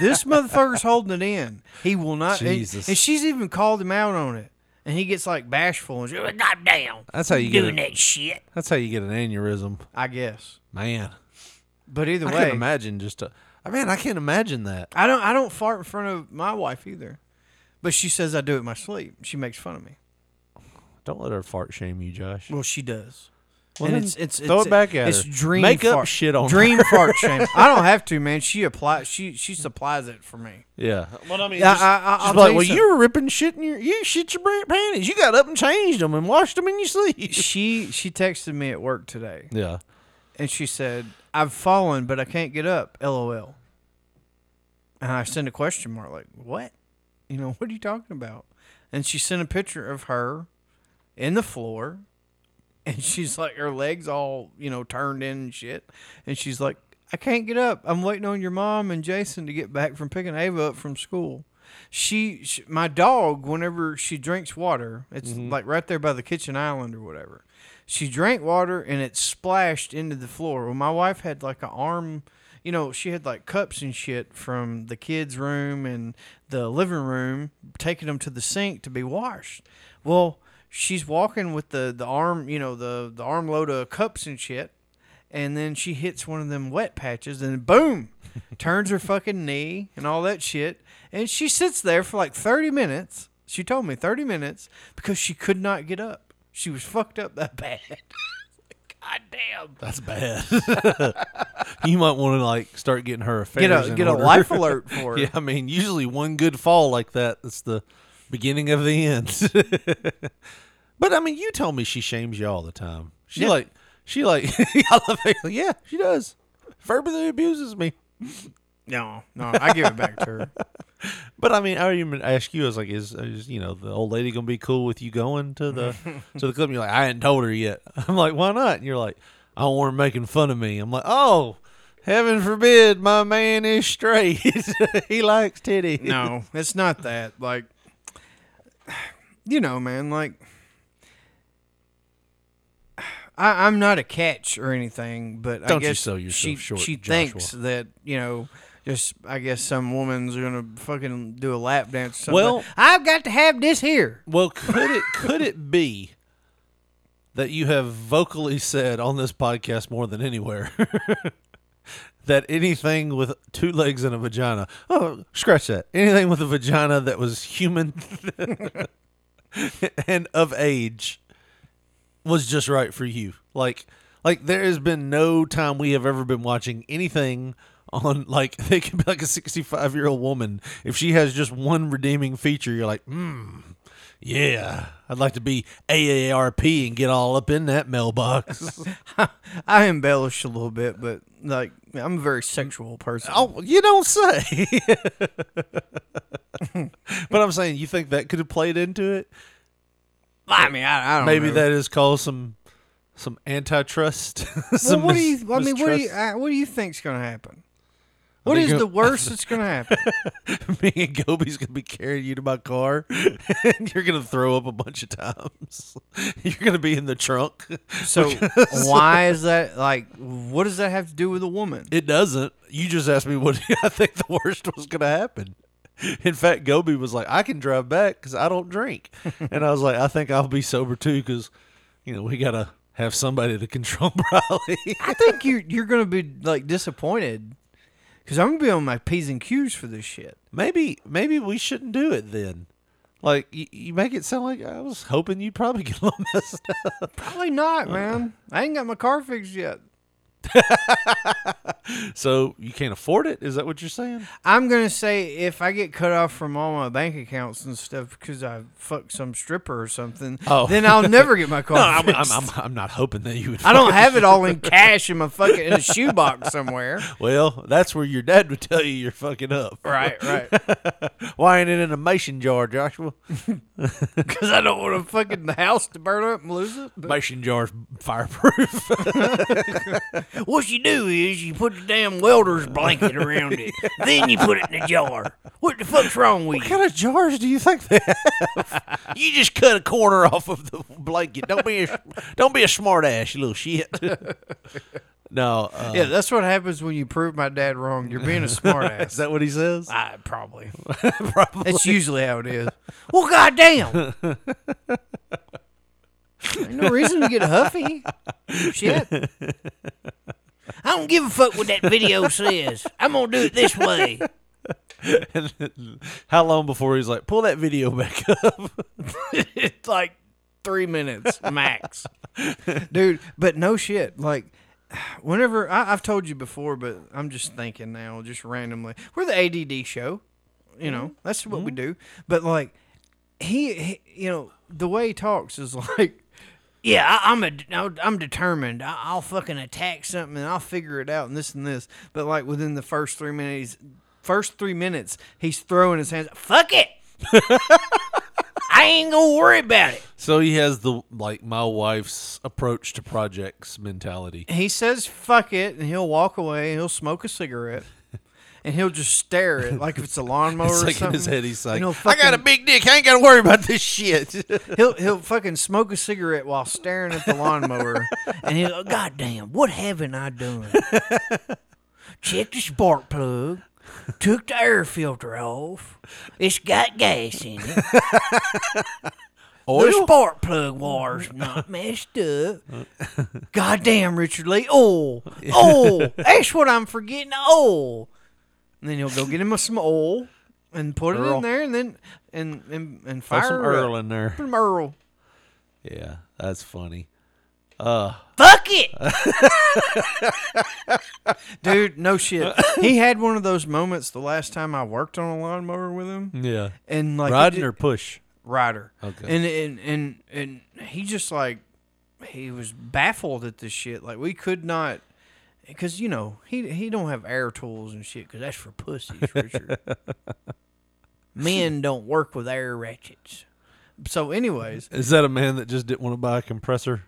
S6: this motherfucker's holding it in. He will not. and-
S5: Jesus.
S6: and she's even called him out on it. And he gets like bashful and shit,
S9: God damn.
S5: That's how you get
S9: doing
S5: it.
S9: that shit.
S5: That's how you get an aneurysm,
S6: I guess.
S5: man.
S6: But either
S5: I
S6: way,
S5: can't imagine just. A, I mean, I can't imagine that.
S6: I don't I don't fart in front of my wife either. But she says I do it in my sleep. She makes fun of me.
S5: Don't let her fart shame you, Josh.
S6: Well, she does.
S5: Well,
S6: and
S5: then
S6: it's it's
S5: throw
S6: it's,
S5: it back at
S6: it's
S5: her.
S6: dream
S5: Make up
S6: fart-
S5: shit on
S6: dream fart shame. I don't have to, man. She applies. She she supplies it for me.
S5: Yeah. Well, I mean,
S6: I-
S5: just,
S6: I- I-
S5: just
S6: I'll
S5: be like,
S6: tell you
S5: well,
S6: something.
S5: you were ripping shit in your, you shit your bra- panties. You got up and changed them and washed them in your sleep.
S6: She she texted me at work today,
S5: Yeah.
S6: and she said I've fallen, but I can't get up. LOL. And I sent a question mark like, what? You know, what are you talking about? And she sent a picture of her in the floor, and she's like, her legs all you know turned in and shit, and she's like, I can't get up. I'm waiting on your mom and Jason to get back from picking Ava up from school. She, sh my dog, whenever she drinks water, it's like right there by the kitchen island or whatever. She drank water and it splashed into the floor. Well, my wife had like an arm, you know, she had like cups and shit from the kids' room and the living room, taking them to the sink to be washed. Well, she's walking with the the arm, you know, the the armload of cups and shit, and then she hits one of them wet patches, and boom, turns her fucking knee and all that shit, and she sits there for like thirty minutes. She told me thirty minutes because she could not get up. She was fucked up that bad.
S9: God damn.
S5: That's bad. you might want to like start getting her affairs.
S6: Get a
S5: in
S6: get a
S5: order.
S6: life alert for her.
S5: yeah, I mean, usually one good fall like that, that's the beginning of the end. but I mean, you tell me she shames you all the time. She
S6: Yeah.
S5: like she like I love it. yeah, she does. verbally abuses me.
S6: No, no, I give it back to her.
S5: But I mean, I even asked you. I was like, "Is, is you know the old lady gonna be cool with you going to the to the club?" And you're like, "I hadn't told her yet." I'm like, "Why not?" And you're like, "I don't want her making fun of me." I'm like, "Oh, heaven forbid, my man is straight. he likes titty."
S6: No, it's not that. Like, you know, man, like, I, I'm not a catch or anything, but I
S5: Don't you
S6: guess
S5: sell yourself
S6: she,
S5: short,
S6: she
S5: Joshua.
S6: thinks that, you know, just, I guess some woman's going to fucking do a lap dance or something.
S5: Well-
S6: I've got to have this here.
S5: Well, could it could it be that you have vocally said on this podcast more than anywhere that anything with two legs and a vagina? Oh, scratch that. Anything with a vagina that was human and of age was just right for you. Like like there has been no time we have ever been watching anything on like they could be like a 65 year old woman if she has just one redeeming feature you're like hmm yeah i'd like to be aarp and get all up in that mailbox
S6: I embellish a little bit, but, like, I'm a very sexual person.
S5: oh you don't say but i'm saying you think that could have played into it
S6: I mean, I, I don't
S5: maybe
S6: know.
S5: that is called some some antitrust
S6: Well,
S5: some
S6: what do
S5: mis-
S6: you? I mean, what do you?
S5: mistrust.
S6: Uh, what do you think's gonna happen? What
S5: think
S6: is
S5: you're-
S6: the worst that's gonna happen?
S5: me and Gobi's gonna be carrying you to my car, and you're gonna throw up a bunch of times. You're gonna be in the trunk.
S6: So why is that? Like, what does that have to do with a woman?
S5: It doesn't. You just asked me what I think the worst was gonna happen. In fact, Gobi was like, "I can drive back because I don't drink," and I was like, "I think I'll be sober too because, you know, we gotta have somebody to control Riley."
S6: I think you're you're gonna be like disappointed because I'm gonna be on my p's and q's for this shit.
S5: maybe, maybe we shouldn't do it then. Like you, you make it sound like I was hoping you'd probably get a little messed up.
S6: Probably not, man. I ain't got my car fixed yet.
S5: So you can't afford it? Is that what you're saying?
S6: I'm gonna say if I get cut off from all my bank accounts and stuff because I fucked some stripper or something,
S5: Oh.
S6: then I'll never get my car.
S5: No, I'm,
S6: fixed.
S5: I'm, I'm, I'm not hoping that you would.
S6: I don't
S5: fucking-
S6: have it all in cash in my fucking in a shoebox somewhere.
S5: Well, that's where your dad would tell you you're fucking up.
S6: Right, right.
S5: Why ain't it in a mason jar, Joshua?
S6: Because I don't want to fucking the house to burn up and lose it.
S5: Mason jar's fireproof.
S9: What you do is you put the damn welder's blanket around it, then you put it in a jar. What the fuck's wrong with you?
S5: kind of jars do you think they have? you just cut a corner off of the blanket. Don't be a don't be a smart ass, you little shit. no, uh,
S6: Yeah, that's what happens when you prove my dad wrong. You're being a smartass.
S5: is that what he says?
S6: I, probably.
S5: Probably.
S6: That's usually how it is.
S9: Well, goddamn.
S6: Ain't no reason to get huffy. Shit.
S9: I don't give a fuck what that video says. I'm gonna do it this way.
S5: And then How long before he's like, pull that video back up?
S6: It's like three minutes max. Dude, but no shit. Like, whenever I, I've told you before, but I'm just thinking now, just randomly. We're the ADD show. You know, that's what we do. But, like, he, he, you know, the way he talks is like,
S9: Yeah, I, I'm a.
S6: I'm determined. I, I'll fucking attack something and I'll figure it out and this and this. But like within the first three minutes, first three minutes, he's throwing his hands.
S9: Fuck it. I ain't gonna worry about it.
S5: So he has the like my wife's approach to projects mentality.
S6: He says "fuck it" and he'll walk away and he'll smoke a cigarette. And he'll just stare at it like if it's a lawnmower
S5: It's
S6: or
S5: like
S6: something.
S5: in his head, he's like,
S6: and he'll
S5: "I got a big dick. I ain't got to worry about this shit."
S6: he'll he'll fucking smoke a cigarette while staring at the lawnmower.
S9: And he'll go, God damn, what haven't I done? Check the spark plug. Took the air filter off. It's got gas in it. The spark plug wire's not messed up.
S6: Goddamn, Richard Lee. Oh, oh, that's what I'm forgetting. Oh, and then he'll go get him a, some oil and put it
S5: Earl.
S6: in there, and then and and and
S5: Throw
S6: fire
S5: some
S6: her up.
S5: Earl in there.
S6: Put him Earl.
S5: Yeah, that's funny.
S9: Fuck it.
S6: Dude, no shit. he had one of those moments the last time I worked on a lawnmower with him,
S5: Yeah,
S6: and like it
S5: riding
S6: did-
S5: or push.
S6: Ryder.
S5: Okay.
S6: And and and and he just like he was baffled at this shit. Like we could not because you know he he don't have air tools and shit because that's for pussies, Richard. Men don't work with air ratchets. So, anyways,
S5: Is that a man that just didn't want to buy a compressor?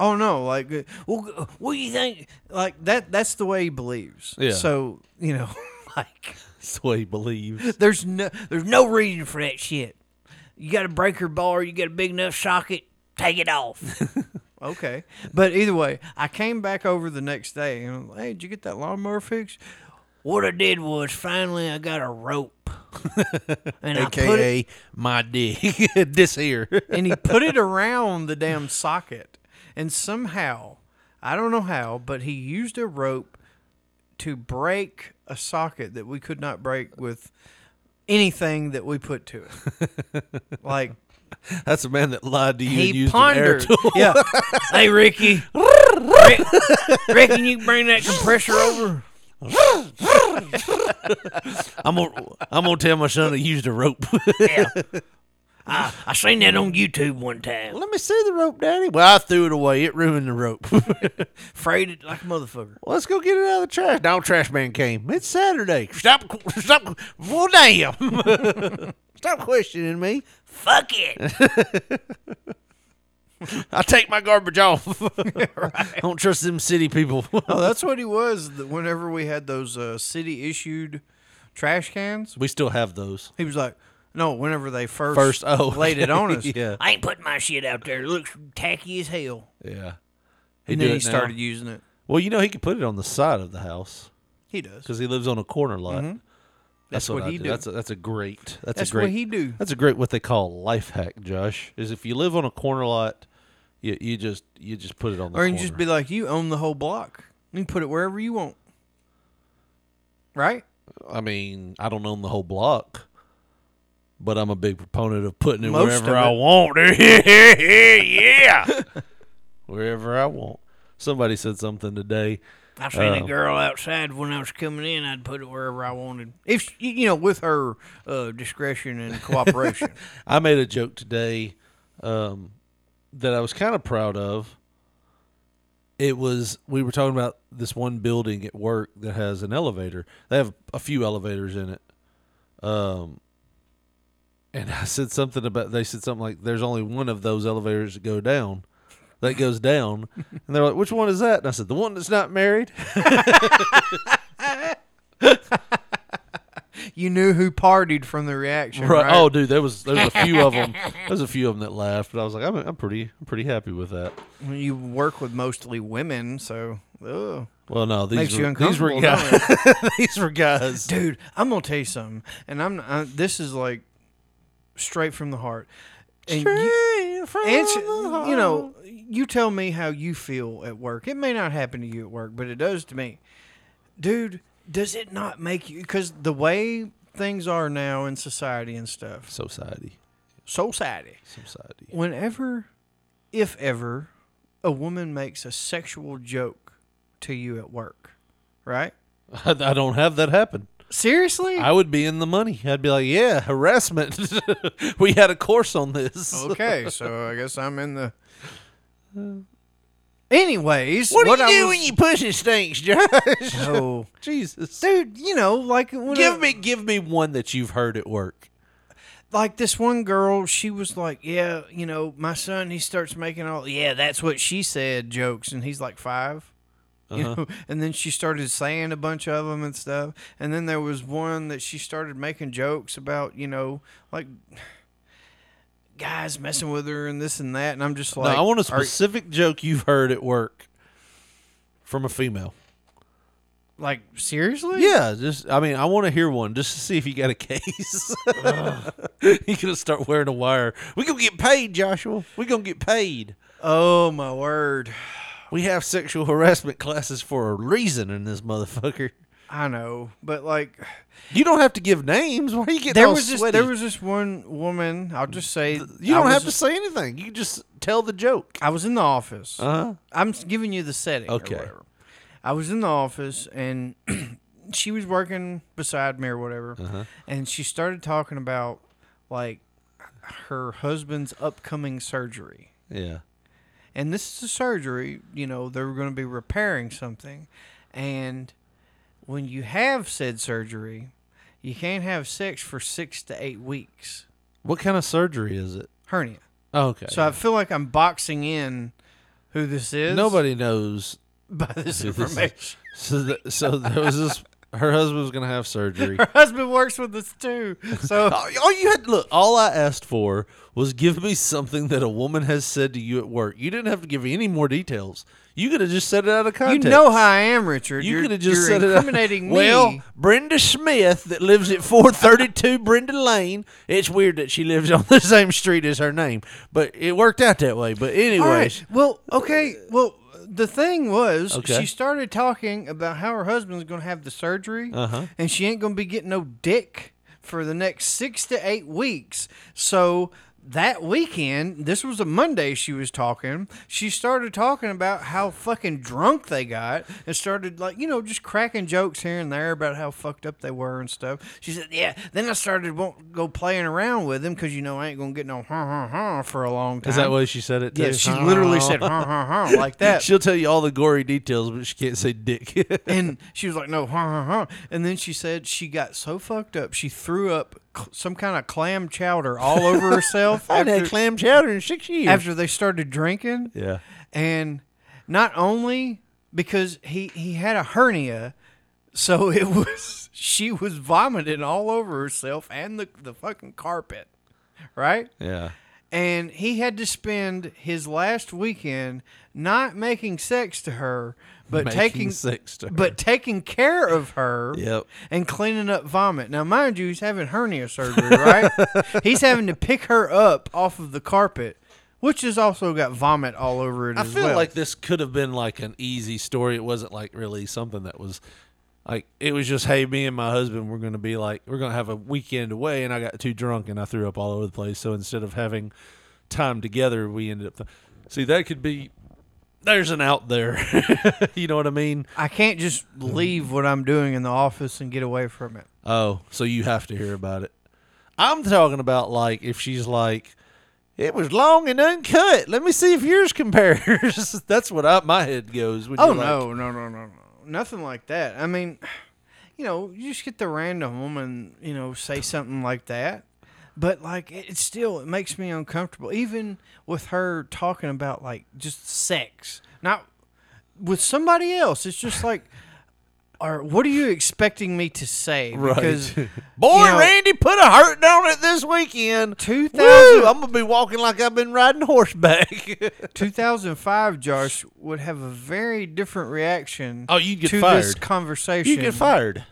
S6: Oh no! Like, uh, well, uh, what do you think? Like that? That's the way he believes.
S5: Yeah.
S6: So you know, like,
S5: That's what he believes.
S6: there's no,
S9: There's no reason for that shit. You got a breaker bar, you got a big enough socket, take it off.
S6: okay. But either way, I came back over the next day and I'm like, hey, did you get that lawnmower fixed?
S9: what I did was finally I got a rope. and I put it,
S5: AKA my dick. this here.
S6: And he put it around the damn socket, and somehow, I don't know how, but he used a rope to break a socket that we could not break with anything that we put to it. like
S5: That's a man that lied to you and
S6: he
S5: used an air
S6: pondered.
S5: tool.
S6: Yeah.
S9: hey Ricky, Rick, reckon you can bring that compressor over?
S5: I'm gonna, I'm gonna tell my son he used a rope.
S9: I, I seen that on YouTube one time.
S5: Let me see the rope, Daddy. Well, I threw it away. It ruined the rope.
S9: Freighted like a motherfucker.
S5: Let's go get it out of the trash. No trash man came. It's Saturday. Stop. Stop. Well, damn. stop questioning me.
S9: Fuck it.
S5: I take my garbage off. I don't trust them city people.
S6: Oh, that's what he was. th- Whenever we had those uh, city issued trash cans,
S5: we still have those.
S6: he was like, "No." Whenever they first
S5: First, oh,
S6: laid it on us,
S5: yeah,
S9: I ain't putting my shit out there. It looks tacky as hell.
S5: yeah. He
S6: and
S5: do
S6: then he
S5: it now.
S6: started using it.
S5: Well, you know, he could put it on the side of the house
S6: He does.
S5: because he lives on a corner lot. That's,
S6: Mm-hmm. what
S5: I
S6: he
S5: do.
S6: do.
S5: That's a, that's a great. That's,
S6: That's
S5: a great.
S6: what he do.
S5: That's a great what they call life hack, Josh. Is if you live on a corner lot, you, you just you just put it on the
S6: Or you
S5: corner.
S6: can just be like, "You own the whole block. You can put it wherever you want." Right?
S5: I mean, I don't own the whole block, but I'm a big proponent of putting it
S6: Most
S5: wherever
S6: of
S5: I
S6: it.
S5: want. yeah, wherever I want. Somebody said something today.
S9: I seen
S5: Oh.
S9: a girl outside when I was coming in. I'd put it wherever I wanted.
S6: If sh- you know, with her uh, discretion and cooperation.
S5: I made a joke today um, that I was kind of proud of. It was we were talking about this one building at work that has an elevator. They have a few elevators in it. Um, and I said something about they said something like there's only one of those elevators that go down. That goes down, and they're like, "Which one is that?" And I said, "The one that's not married."
S6: you knew who partied from the reaction,
S5: Right.
S6: right?
S5: Oh, dude, there was there was a few of them. There was a few of them that laughed, but I was like, "I'm I'm pretty I'm pretty happy with that."
S6: you work with mostly women, so. Ugh.
S5: Well, no, these
S6: Makes
S5: were,
S6: you
S5: these were
S6: uncomfortable,
S5: guys.
S6: don't
S5: these were guys.
S6: dude i'm gonna tell you something and i'm uh, this is like straight from the heart and you, answer- you know you tell me how you feel at work it may not happen to you at work but it does to me dude does it not make you because the way things are now in society and stuff
S5: Society,
S6: society
S5: society.
S6: whenever if ever a woman makes a sexual joke to you at work right
S5: I, I don't have that happen.
S6: seriously
S5: I would be in the money. I'd be like, yeah, harassment. we had a course on this.
S6: Okay, so I guess I'm in the. Anyways,
S5: What, do you
S6: I
S5: do when
S6: was-
S5: you pussy stinks, Josh?
S6: Oh,
S5: Jesus,
S6: dude, you know, like when I-
S5: give me give me one that you've heard at work.
S6: like this one girl. She was like, "Yeah, you know, my son. He starts making all yeah, that's what she said jokes, and he's like 5 You know, and then she started saying a bunch of them and stuff. And then there was one that she started making jokes about, you know, like guys messing with her and this and that. And I'm just like,
S5: no, I want a
S6: are-
S5: specific joke you've heard at work from a female.
S6: like seriously?
S5: Yeah, just I mean, I want to hear one just to see if you got a case. you gonna start wearing a wire? We gonna get paid, Joshua. We gonna get paid.
S6: Oh my word.
S5: We have sexual harassment classes for a reason in this motherfucker.
S6: I know, but like
S5: You don't have to give names. Why are you getting
S6: there
S5: all
S6: was this
S5: sweaty?
S6: there was this one woman. I'll just say
S5: you
S6: I
S5: don't
S6: was
S5: have to
S6: just-
S5: say anything. You just tell the joke.
S6: I was in the office.
S5: Uh huh.
S6: I'm s- giving you the setting.
S5: Okay.
S6: Okay. I was in the office and she was working beside me or whatever,
S5: Uh-huh.
S6: and she started talking about like her husband's upcoming surgery.
S5: Yeah.
S6: and this is a surgery, you know, they were going to be repairing something. And when you have said surgery, you can't have sex for six to eight weeks.
S5: What kind of surgery is it?
S6: Hernia.
S5: Oh, okay.
S6: So I feel like I'm boxing in who this is.
S5: Nobody knows
S6: By this
S5: who is.
S6: information.
S5: So, th so there was this. Her husband was going to have surgery.
S6: Her husband works with us too. So
S5: all you had look, all I asked for was give me something that a woman has said to you at work. You didn't have to give me any more details. You could have just said it out of
S6: you
S5: context.
S6: know how I am, Richard.
S5: You
S6: You're-
S5: could have just
S6: you're
S5: said it. out-
S6: incriminating me.
S5: Well, Brenda Smith that lives at 432 Brenda Lane. It's weird that she lives on the same street as her name, but it worked out that way. But anyways,
S6: All right. Well, okay. Well, the thing was,
S5: Okay.
S6: she started talking about how her husband's going to have the surgery,
S5: Uh-huh.
S6: and she ain't going to be getting no dick for the next six to eight weeks. So that weekend, this was a Monday. She was talking. She started talking about how fucking drunk they got, and started like you know just cracking jokes here and there about how fucked up they were and stuff. She said, "Yeah." Then I started won't go playing around with them because you know I ain't going to get no ha ha ha for a long time.
S5: Is that why she said it? Too?
S6: Yeah, she literally said "Huh, huh, huh," like that,
S5: She'll tell you all the gory details, but she can't say dick.
S6: and she was like, "No, huh, huh, huh," and then she said she got so fucked up she threw up cl- some kind of clam chowder all over herself.
S5: I haven't had clam chowder in six years.
S6: After they started drinking,
S5: yeah.
S6: and not only because he he had a hernia, so it was she was vomiting all over herself and the the fucking carpet, right?
S5: Yeah.
S6: and he had to spend his last weekend not making sex to her, but
S5: Making
S6: taking
S5: sex to her.
S6: but taking care of her.
S5: Yep.
S6: And cleaning up vomit. Now, mind you, he's having hernia surgery, right? he's having to pick her up off of the carpet, which has also got vomit all over it
S5: I
S6: as
S5: feel
S6: well.
S5: like this could have been like an easy story. It wasn't like really something that was like it was just hey, me and my husband we're gonna be like we're gonna have a weekend away, and I got too drunk and I threw up all over the place. So instead of having time together, we ended up. Th- See, that could be. There's an out there. you know what I mean?
S6: I can't just leave what I'm doing in the office and get away from it.
S5: Oh, so you have to hear about it. I'm talking about like if she's like, it was long and uncut. Let me see if yours compares. That's what I, my head goes. When
S6: Oh
S5: you're like,
S6: no, no, no, no, no, nothing like that. I mean, you know, you just get the random woman, you know, say something like that, but like it, it still it makes me uncomfortable. Even with her talking about like just sex, not with somebody else. It's just like, or what are you expecting me to say?
S5: Right.
S6: Because
S5: Boy,
S6: you know,
S5: Randy put a hurt on it this weekend.
S6: 2000
S5: Woo, I'm gonna be walking like I've been riding horseback.
S6: 2005 Josh would have a very different reaction
S5: Oh, you'd get
S6: to this
S5: fired.
S6: conversation.
S5: You'd get fired.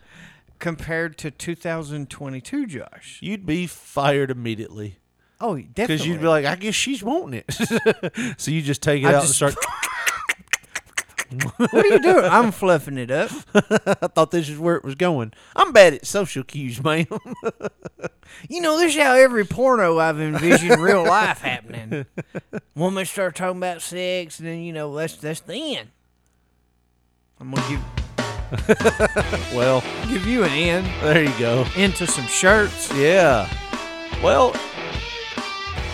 S6: compared to 2022 Josh.
S5: You'd be fired immediately
S6: Oh, definitely.
S5: because you'd be like, I guess she's wanting it. so you just take it
S6: I
S5: out
S6: just-
S5: and start.
S6: what are you doing? I'm fluffing it up.
S5: I thought this is where it was going. I'm bad at social cues, ma'am.
S6: You know, this is how every porno I've envisioned real life happening. Women start talking about sex, and then you know that's that's the end. I'm gonna give
S5: well,
S6: give you an end
S5: there you go.
S6: into some shirts.
S5: Yeah. Well,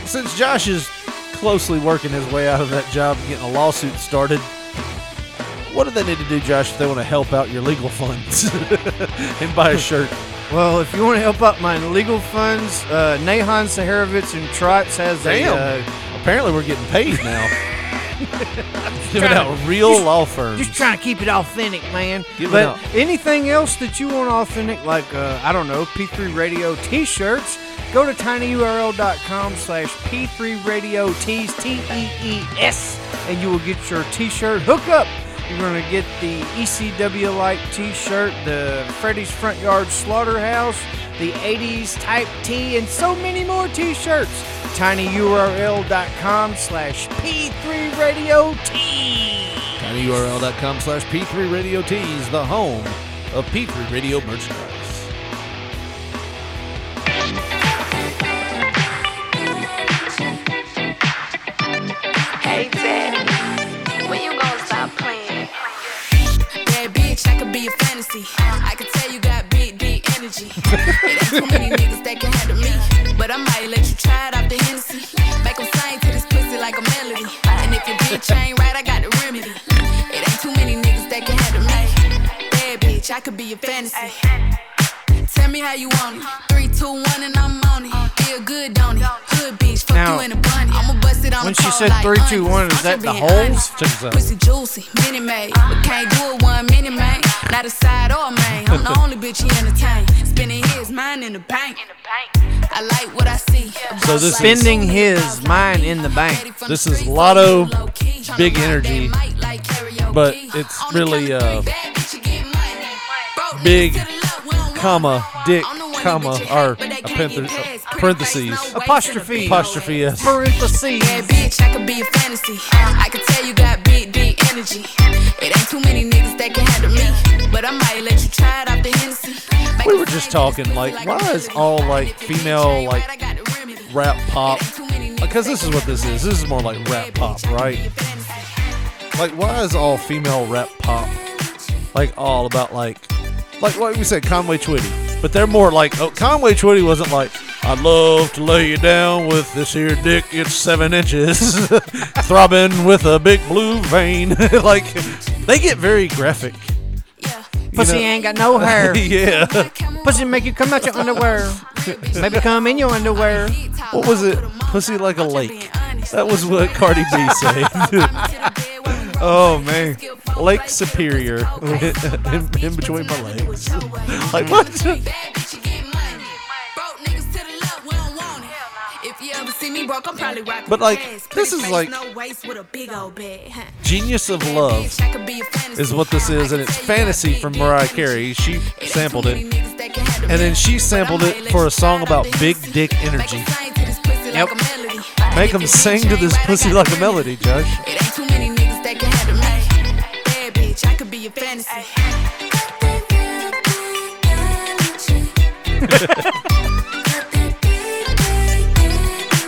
S5: since Josh is closely working his way out of that job and getting a lawsuit started, what do they need to do, Josh, if they want to help out your legal funds and buy a shirt?
S6: Well, if you want to help out my legal funds, uh, Nahan Saharovitz and Trotz has a. Uh,
S5: Apparently, we're getting paid now. Giving out real law firms.
S6: just trying to keep it authentic, man.
S5: Give it
S6: but
S5: up.
S6: anything else that you want authentic, like uh, I don't know, P3 Radio T-shirts, go to tinyurl.com slash P3 Radio T's T E E S, and you will get your T-shirt hookup. You're gonna get the ECW like T-shirt, the Freddy's Front Yard Slaughterhouse, the 80s type T, and so many more T-shirts. tinyurl.com slash P3 Radio T.
S5: tinyurl.com slash P3 Radio T is the home of P3 Radio merchandise.
S12: Hey, Ted, when you gonna stop playing? Bad bitch, I could be a fantasy. I could tell you got big, deep energy. it ain't too many niggas that can handle me. But I might let you try it off the Hennessy. Make 'em sing to this pussy like a melody. And if your bitch ain't right, I got the remedy. It ain't too many niggas that can handle me. I could be your fantasy. Tell me how you want it. Three, two, one, and I'm on it. Feel good, don't it? Hood bitch, fuck
S6: Now,
S12: you in a bunny. I'ma bust it on
S6: When she
S12: the pole
S6: said
S12: like
S6: three, two,
S12: onions.
S6: one,
S12: I'm
S6: is that
S12: just
S6: the
S12: being honest.
S6: holes? Check this
S12: Pussy juicy, mini made, but can't do it one mini man. Not a side or a main. I'm the only bitch he entertain. Spending his mind in the bank. I like what I see.
S6: So this spending his mind in the bank.
S5: This is Lotto, big energy, but it's really uh, big, comma, dick, comma, or a parenth- parentheses,
S6: Apostrophe.
S5: apostrophe s.
S6: Parentheses.
S12: Yeah, bitch, I could be a fantasy. I could tell you got big, big energy. It ain't too many niggas that can handle me. But I might let you try it off the Hennessy. Make
S5: We were just talking like, why is all like female like rap pop? Because this is what this is. This is more like rap pop, right? Like, why is all female rap pop like all about like, like like we said, Conway Twitty? But they're more like, oh, Conway Twitty wasn't like, I'd love to lay you down with this here dick. It's seven inches, throbbing with a big blue vein. like, they get very graphic. You
S6: Pussy
S5: know-
S6: ain't got no hair.
S5: yeah.
S6: Pussy make you come out your underwear. Maybe come in your underwear.
S5: What was it? Pussy like a lake. That was what Cardi B said. oh man, Lake Superior in, in between my legs. like what?
S12: If you ever see me broke, I'm probably rocking
S5: But, like,
S12: ass.
S5: this
S12: Pretty
S5: is
S12: face,
S5: like-
S12: no waist with a big old bag, huh?
S5: Genius of Love
S12: Bitch, I could be a fantasy.
S5: is what this is, and it's fantasy from Mariah Carey. She sampled it, and then she sampled it for a song about big dick energy.
S12: Yep.
S5: Make 'em sing to this pussy like a melody, Josh.
S12: It ain't too many niggas that can handle me. Bad bitch, I could be a fantasy.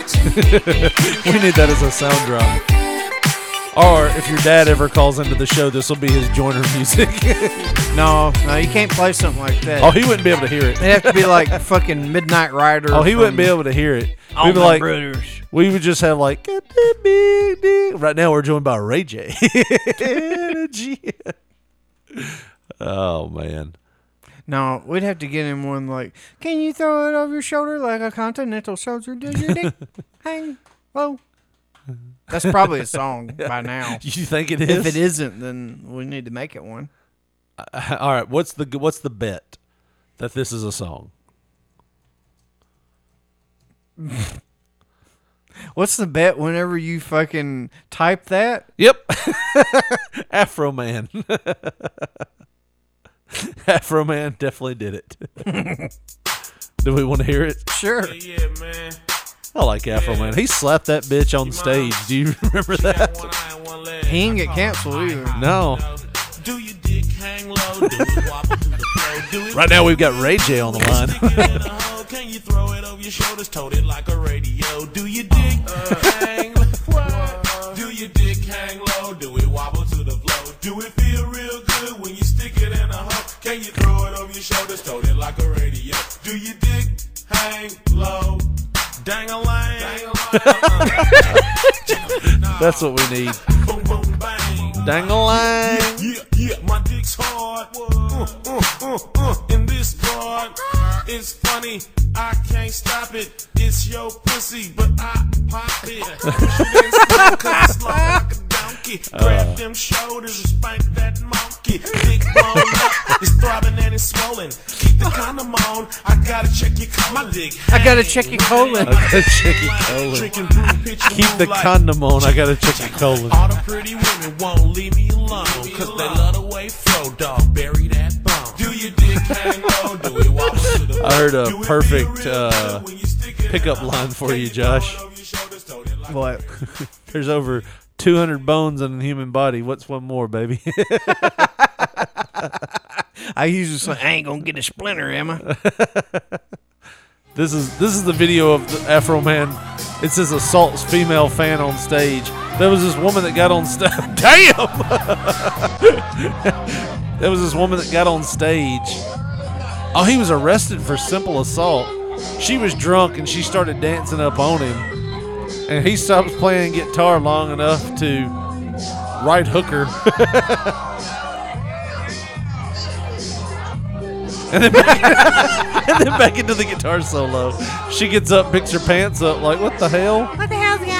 S5: we need that as a sound drop. Or if your dad ever calls into the show, this will be his joiner music.
S6: no, no, you can't play something like that.
S5: Oh, he wouldn't be able to hear it.
S6: It'd have to be like fucking Midnight Rider.
S5: Oh, he wouldn't
S6: from-
S5: be able to hear it.
S6: All
S5: We'd be
S6: my
S5: like,
S6: brothers.
S5: we would just have like, "Get that big dick." right now we're joined by Ray J. Energy. oh man,
S6: No, we'd have to get him one like, can you throw it over your shoulder like a continental soldier does your dick? Hang low. That's probably a song by now.
S5: You think it
S6: If
S5: is?
S6: it isn't, then we need to make it one.
S5: all right. What's the what's the bet that this is a song?
S6: What's the bet whenever you fucking type that?
S5: Yep. Afro Man. Afro Man definitely did it. Do we want to hear it?
S6: Sure.
S13: Yeah, man.
S5: I like Afro Man. He slapped that bitch on stage. Do you remember that?
S6: He ain't get canceled either.
S5: No.
S13: Do your dick hang low? Do it wobble through the flow? Do it
S5: Right now we've got Ray J on the line.
S13: Can you throw it over your shoulders? Told it like a radio. Do your dick hang low? Do your dick hang low? Do it wobble to the flow? Do it feel real good when you stick it in a hole? Can you throw it over your shoulders? Told it like a radio. Do your dick hang low? Dang a
S5: That's what we need. Dang a line.
S13: Yeah, yeah, my dick's hard. Uh, uh, uh, uh, and this broad is funny. I can't stop it. It's your pussy, but I pop it. Push it in slow, 'cause it's slow like a donkey.
S5: Uh.
S13: Grab them shoulders and spank that monkey. Dick blown up. It's throbbing and it's swollen. Keep the condom on. I gotta check your colon. My dick.
S6: I gotta check your colon.
S5: I gotta check your colon. Keep the condom on. I gotta check your colon.
S13: All the pretty women won't leave me alone. Cause they love the way Fro Dog bury that bone. Do your dick hang low? Do it wobble to the
S5: I heard a perfect uh, pickup line for you, Josh.
S6: What?
S5: There's over 200 bones in the human body. What's one more, baby?
S6: I usually say, I ain't gonna get a splinter, am I?
S5: This is this is the video of the Afro Man. It says assaults female fan on stage. There was this woman that got on stage. Damn. there was this woman that got on stage. Oh, he was arrested for simple assault. She was drunk and she started dancing up on him, and he stops playing guitar long enough to right hook her. and then back, and then back into the guitar solo. She gets up, picks her pants up, like what the hell?
S14: What the hell's going on?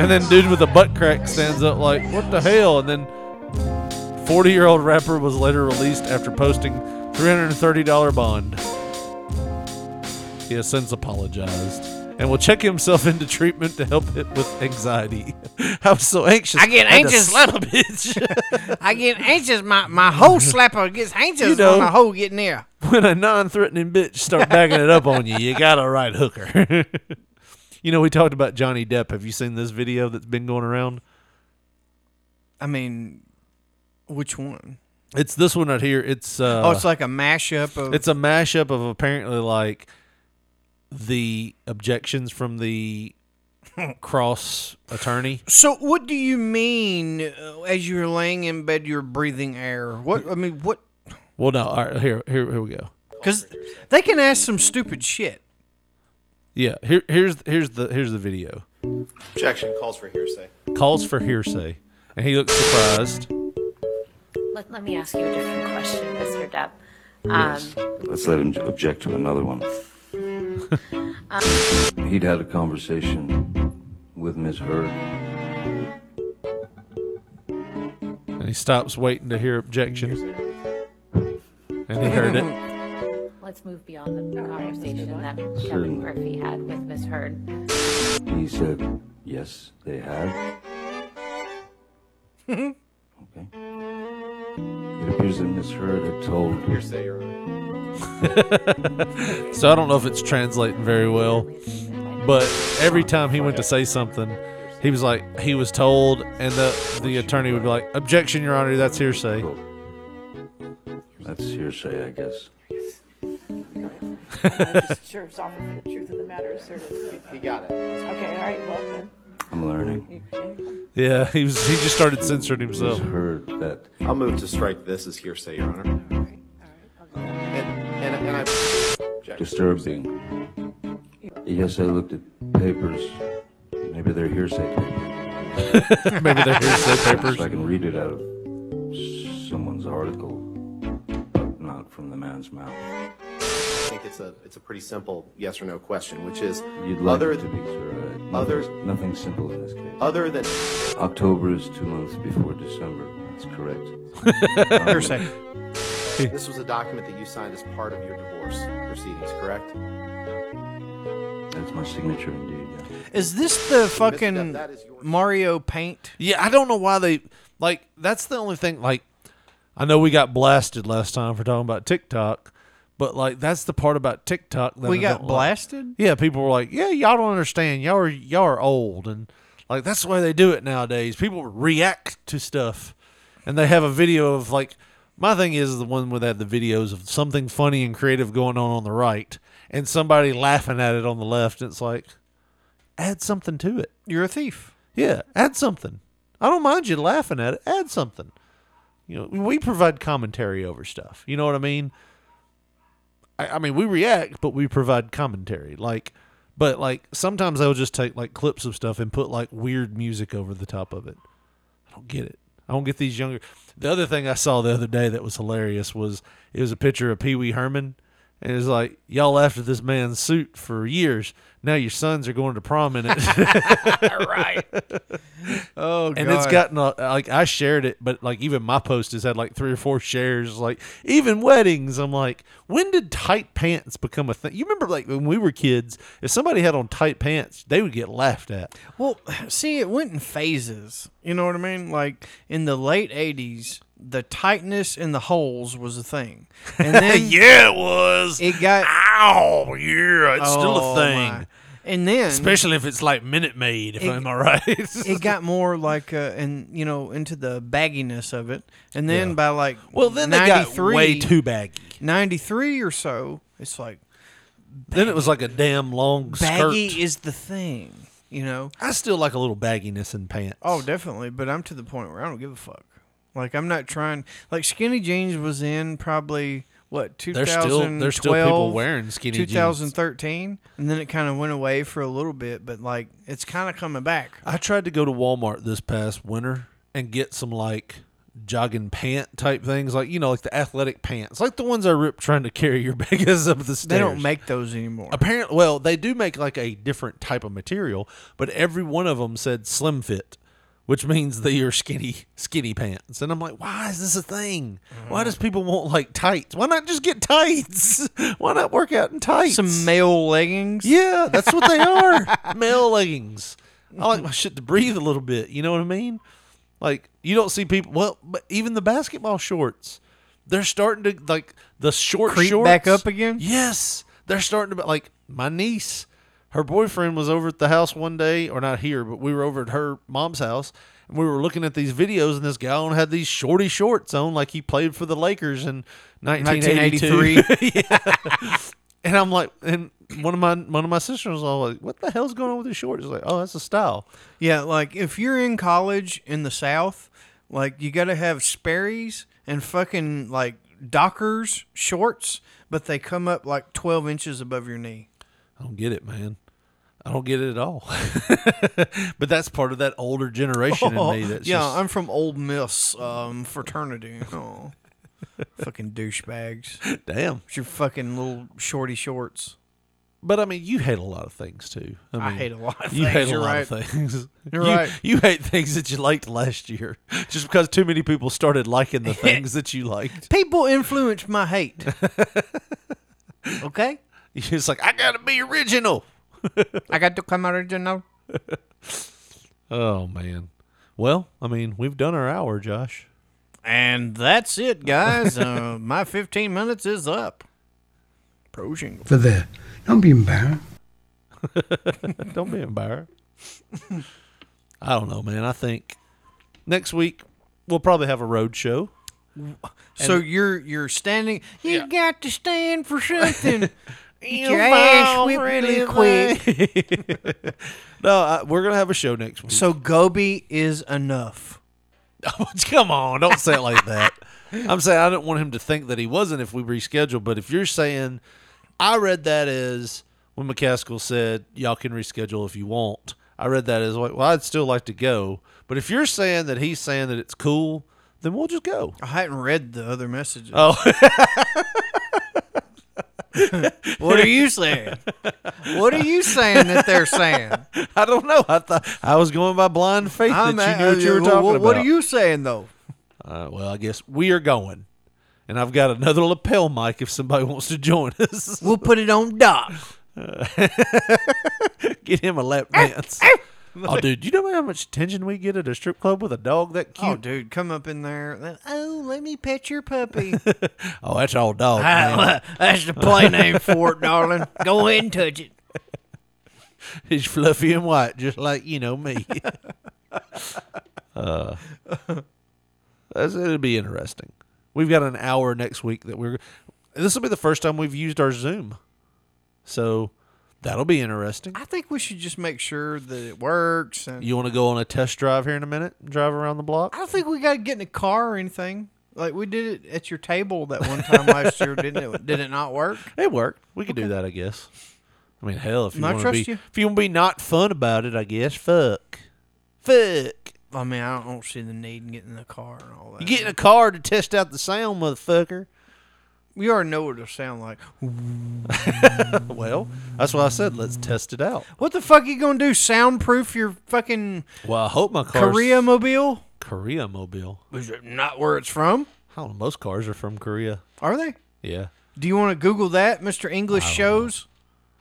S5: And then dude with a butt crack stands up like, what the hell? And then 40 year old rapper was later released after posting $330 bond. He has since apologized and will check himself into treatment to help it with anxiety. I was so anxious.
S14: I get
S5: had to
S14: anxious,
S5: slap
S14: little
S5: a
S14: bitch. I get anxious. My my hoe slapper gets anxious
S5: You know.
S14: when my hoe getting there.
S5: when a non-threatening bitch start backing it up on you, you gotta right hooker. you know, we talked about Johnny Depp. Have you seen this video that's been going around?
S6: I mean, which one?
S5: It's this one right here. It's uh,
S6: oh, it's like a mashup of.
S5: it's a mashup of apparently like the objections from the cross attorney.
S6: so, what do you mean uh, as you're laying in bed, you're breathing air? What I mean, what?
S5: Well, no, all right, here, here, here we go.
S6: Because they can ask some stupid shit.
S5: Yeah, here, here's here's the here's the video.
S15: Objection calls for hearsay.
S5: Calls for hearsay, and he looks surprised.
S16: Let, let me ask you a different question, Mr. Depp.
S17: Yes. Let's let him object to another one. He'd had a conversation with Ms. Heard.
S5: And he stops waiting to hear objection. And he heard it.
S16: Let's move beyond the conversation that Kevin Murphy had with Ms. Heard.
S17: He said, yes, they had.
S16: Mr.
S17: It appears that Ms. Heard had told.
S15: Hearsay, Your Honor.
S5: so I don't know if it's translating very well, but every time he went to say something, he was like he was told, and the the attorney would be like, "Objection, Your Honor, that's hearsay."
S17: That's hearsay, I guess.
S18: just serves off of the truth of the matter asserted.
S15: He got it.
S18: Okay, all right, well then.
S17: I'm learning.
S5: Yeah, he was he just started censoring himself.
S17: Heard that.
S15: I'll move to strike this as hearsay, Your Honor. And, and, and I.
S17: Disturbing. Yes, I looked at papers. Maybe they're hearsay papers.
S5: Maybe they're hearsay
S17: papers. I can read it out of someone's article, but not from the man's mouth.
S15: I think it's a it's a pretty simple yes or no question, which is
S17: You'd like
S15: other
S17: it to be sure. right?
S15: other
S17: Nothing- nothing simple in this case.
S15: other than
S17: October is two months before December. That's correct. Um,
S15: Hearsay. this was a document that you signed as part of your divorce proceedings, correct?
S17: That's my signature indeed. yeah.
S6: Is this the fucking Mario Paint?
S5: Yeah, I don't know why they like that's the only thing like I know we got blasted last time for talking about TikTok, but like that's the part about TikTok that
S6: We
S5: I
S6: got
S14: uh,
S5: don't like.
S6: blasted?
S5: Yeah, people were like, "Yeah, y'all don't understand. Y'all are y'all are old." And like that's the way they do it nowadays. People react to stuff and they have a video of like my thing is the one where they had the videos of something funny and creative going on on the right and somebody laughing at it on the left. It's like add something to it.
S6: You're a thief.
S5: Yeah, add something. I don't mind you laughing at it. Add something. You know, we provide commentary over stuff. You know what I mean? I, I mean, we react, but we provide commentary. Like, but like sometimes I'll just take like clips of stuff and put like weird music over the top of it. I don't get it. I don't get these younger. The other thing I saw the other day that was hilarious was it was a picture of Pee Wee Herman, and it was like y'all after this man's suit for years. Now your sons are going to prom in it, right?
S6: Oh,
S5: and it's
S6: God.
S5: gotten a, like I shared it, but like even my post has had like three or four shares. Like even weddings, I'm like, when did tight pants become a thing? You remember like when we were kids, if somebody had on tight pants, they would get laughed at.
S6: Well, see, it went in phases. You know what I mean? Like in the late '80s, the tightness in the holes was a thing, and then
S5: Yeah, it was.
S6: It got
S5: ow, yeah, it's Ah, still a
S6: Oh,
S5: thing.
S6: my. And then,
S5: especially if it's like Minute Maid, if
S6: it-
S5: I'm all right.
S6: it got more like uh, and you know into the bagginess of it, and then
S5: Yeah.
S6: by like
S5: Well, then they got
S6: 93
S5: way too baggy.
S6: Ninety-three or so, it's like
S5: then it was like a damn long
S6: baggy
S5: skirt.
S6: is the thing. You know,
S5: I still like a little bagginess in pants.
S6: Oh, definitely. But I'm to the point where I don't give a fuck. Like I'm not trying. Like skinny jeans was in probably what
S5: There's still-
S6: 2012.
S5: there's still people wearing skinny jeans.
S6: 2013, and then it kind of went away for a little bit. But like it's kind of coming back.
S5: I tried to go to Walmart this past winter and get some like jogging pant type things, like you know, like the athletic pants, like the ones I ripped trying to carry your baggies up the stairs.
S6: They don't make those anymore.
S5: Apparently, well, they do make like a different type of material, but every one of them said slim fit, which means they are skinny, skinny pants. And I'm like, why is this a thing? Why
S6: Mm.
S5: does people want like tights? Why not just get tights? Why not work out in tights?
S6: Some male leggings.
S5: Yeah, that's what they are. male leggings. I like my shit to breathe a little bit. You know what I mean? Like you don't see people. Well, but even the basketball shorts, they're starting to like the short
S6: Creep
S5: shorts
S6: back up again?
S5: Yes, they're starting to like my niece. Her boyfriend was over at the house one day, or not here, but we were over at her mom's house, and we were looking at these videos, and this guy on had these shorty shorts on, like he played for the Lakers in 1983. Yeah. and I'm like, and one of my one of my sisters was all like, "What the hell's going on with his shorts?" Like, oh, that's a style.
S6: Yeah, like if you're in college in the South, like you got to have Sperry's and fucking like Dockers shorts, but they come up like 12 inches above your knee.
S5: I don't get it, man. I don't get it at all. but that's part of that older generation in me. That's
S6: yeah,
S5: just-
S6: I'm from Old Miss um, fraternity. Oh, fucking douchebags.
S5: Damn.
S6: It's your fucking little shorty shorts.
S5: But I mean, you hate a lot of things too. I,
S6: I
S5: mean,
S6: hate a lot of
S5: you
S6: things,
S5: hate a
S6: you're
S5: lot
S6: right.
S5: of things.
S6: You're
S5: You-
S6: right.
S5: You hate things that you liked last year, just because too many people started liking the things that you liked.
S6: People influence my hate. okay?
S5: It's like I gotta be original.
S6: I got to come original.
S5: Oh man. Well, I mean, we've done our hour, Josh.
S6: And that's it, guys. uh, my 15 minutes is up. Pro jingle.
S11: For the, don't be embarrassed.
S5: don't be embarrassed. I don't know, man. I think next week we'll probably have a road show.
S6: So you're you're standing. You got to stand for something. Get your
S9: You
S6: ass
S9: fall
S6: whipped
S9: really
S6: really quick.
S5: no, I, we're gonna have a show next week.
S6: So Gobi is enough.
S5: Come on, don't say it like that. I'm saying I don't want him to think that he wasn't if we reschedule. But if you're saying, I read that as when McCaskill said y'all can reschedule if you want. I read that as like, well, I'd still like to go. But if you're saying that he's saying that it's cool, then we'll just go.
S6: I hadn't read the other messages.
S5: Oh.
S6: what are you saying? What are you saying that they're saying?
S5: I don't know. I thought I was going by blind faith
S6: I'm
S5: that
S6: a-
S5: you knew what you were
S6: wh-
S5: talking
S6: what,
S5: about.
S6: are you saying though?
S5: Uh, well, I guess we are going, and I've got another lapel mic if somebody wants to join us.
S6: We'll put it on Doc.
S5: Uh, get him a lap dance. oh, dude, you know how much attention we get at a strip club with a dog that cute?
S6: Oh, dude, come up in there. Then, Oh, let me pet your puppy.
S5: Oh, that's all dog. man.
S6: That's the play name for it, darling. Go ahead and touch it.
S5: He's fluffy and white, just like you know me. uh, that's- it'll be interesting. We've got an hour next week that we're. This will be the first time we've used our Zoom, so that'll be interesting.
S6: I think we should just make sure that it works. And
S5: You want to go on a test drive here in a minute? Drive around the block?
S6: I don't think we got to get in a car or anything. Like we did it at your table that one time last year, didn't it? Did it not work?
S5: It worked. We could do that, I guess. I mean, hell, if you
S6: I
S5: want to
S6: trust
S5: be,
S6: you.
S5: if you want to be not fun about it, I guess. Fuck, fuck.
S6: I mean, I don't see the need in getting in the car and all that.
S5: You get in a car to test out the sound, motherfucker.
S6: We already know what it'll sound like.
S5: well, that's why I said let's test it out.
S6: What the fuck you gonna do? Soundproof your fucking
S5: Well, I hope my car
S6: Korea mobile?
S5: Korea mobile.
S6: Is it not where it's from?
S5: I don't know. Most cars are from Korea.
S6: Are they?
S5: Yeah,
S6: Do you want to Google that, Mister English shows?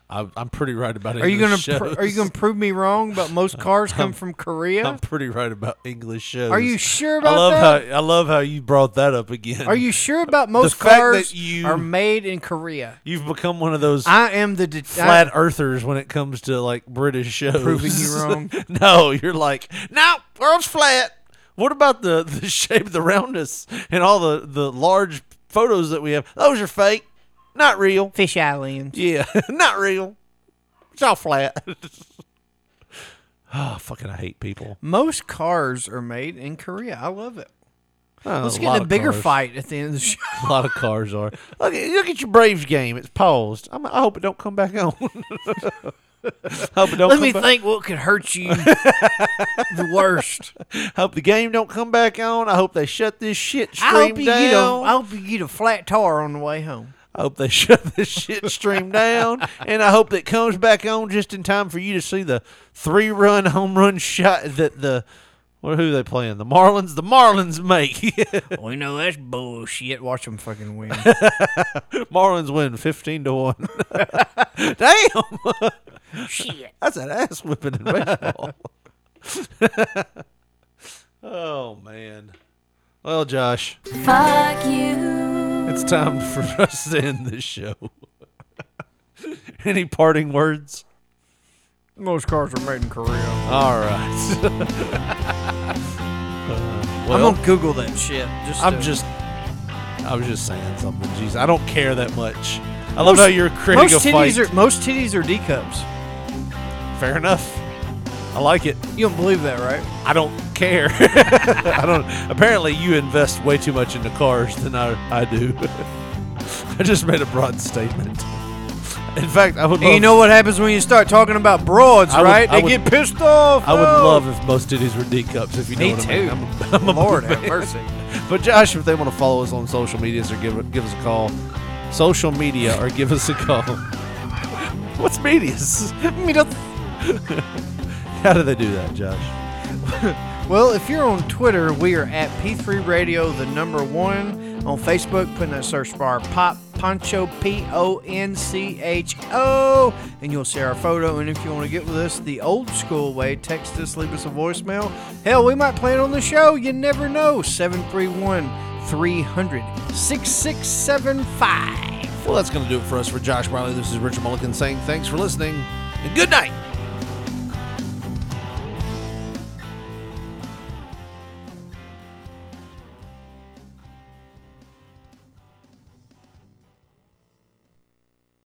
S5: I, I'm pretty right about.
S6: Are you gonna
S5: English
S6: pr-
S5: shows.
S6: Are you gonna prove me wrong about most cars come from Korea?
S5: I'm pretty right about English shows.
S6: Are you sure about
S5: I love
S6: that?
S5: How, I love how you brought that up again.
S6: Are you sure about
S5: The
S6: most
S5: fact
S6: cars
S5: that you
S6: are made in Korea?
S5: You've become one of those.
S6: I am the det-
S5: flat earthers when it comes to like British shows.
S6: Proving you wrong.
S5: no, you're like, no, world's flat. What about the the shape, the roundness, and all the the large photos that we have? Those are fake, not real.
S6: Fish islands.
S5: Yeah, not real. It's all flat. oh, fucking, I hate people.
S6: Most cars are made in Korea. I love it.
S5: Oh,
S6: Let's
S5: a
S6: get
S5: lot
S6: in a
S5: of
S6: bigger
S5: cars.
S6: fight at the end of the show.
S5: A lot of cars are. Look, at- look at your Braves game. It's paused. I'm, I hope it don't come back on. Hope it don't
S6: Let
S5: come
S6: me
S5: back.
S6: think what could hurt you the worst.
S5: Hope the game don't come back on. I hope they shut this shit stream
S6: I hope you
S5: down.
S6: get a, I hope you get a flat tar on the way home.
S5: I hope they shut this shit stream down, and I hope that comes back on just in time for you to see the three-run home run shot that the what who they playing the Marlins the Marlins make.
S6: we know that's bullshit. Watch them fucking win.
S5: Marlins win fifteen to one. Damn,
S6: Shit.
S5: that's an ass whipping in baseball. oh man, well Josh,
S12: Fuck you.
S5: it's time for us to end this show. Any parting words?
S6: Most cars are made in Korea.
S5: All right. well-
S6: I'm gonna Google that shit. Just
S5: I'm
S6: to-
S5: just, I was just saying something. Jeez, I don't care that much. I love how you're a critic
S6: most
S5: of
S6: titties
S5: fight.
S6: Are, most titties are D cups.
S5: Fair enough. I like it.
S6: You don't believe that, right?
S5: I don't care. I don't. Apparently, you invest way too much into cars than I, I do. I just made a broad statement. In fact, I would.
S6: And you
S5: love-
S6: know what happens when you start talking about broads,
S5: I would-
S6: right?
S5: I
S6: they
S5: would-
S6: get pissed off.
S5: I would
S6: Oh.
S5: love if most titties were D cups. If you know
S6: Me
S5: what I mean.
S6: too.
S5: I'm a- I'm a
S6: Lord
S5: big
S6: have
S5: fan.
S6: mercy.
S5: But Josh, if they want to follow us on social medias or give give us a call, social media or give us a call. What's medias? Medias. How do they do that, Josh?
S6: Well, if you're on Twitter, we are at P3 Radio, the number one. On Facebook, put in that search bar Pop Poncho, P O N C H O, and you'll see our photo. And if you want to get with us the old school way, text us, leave us a voicemail. Hell, we might play it on the show. You never know. 731 300 6675.
S5: Well, that's going to do it for us. For Josh Riley, this is Richard Mulligan saying thanks for listening and good night.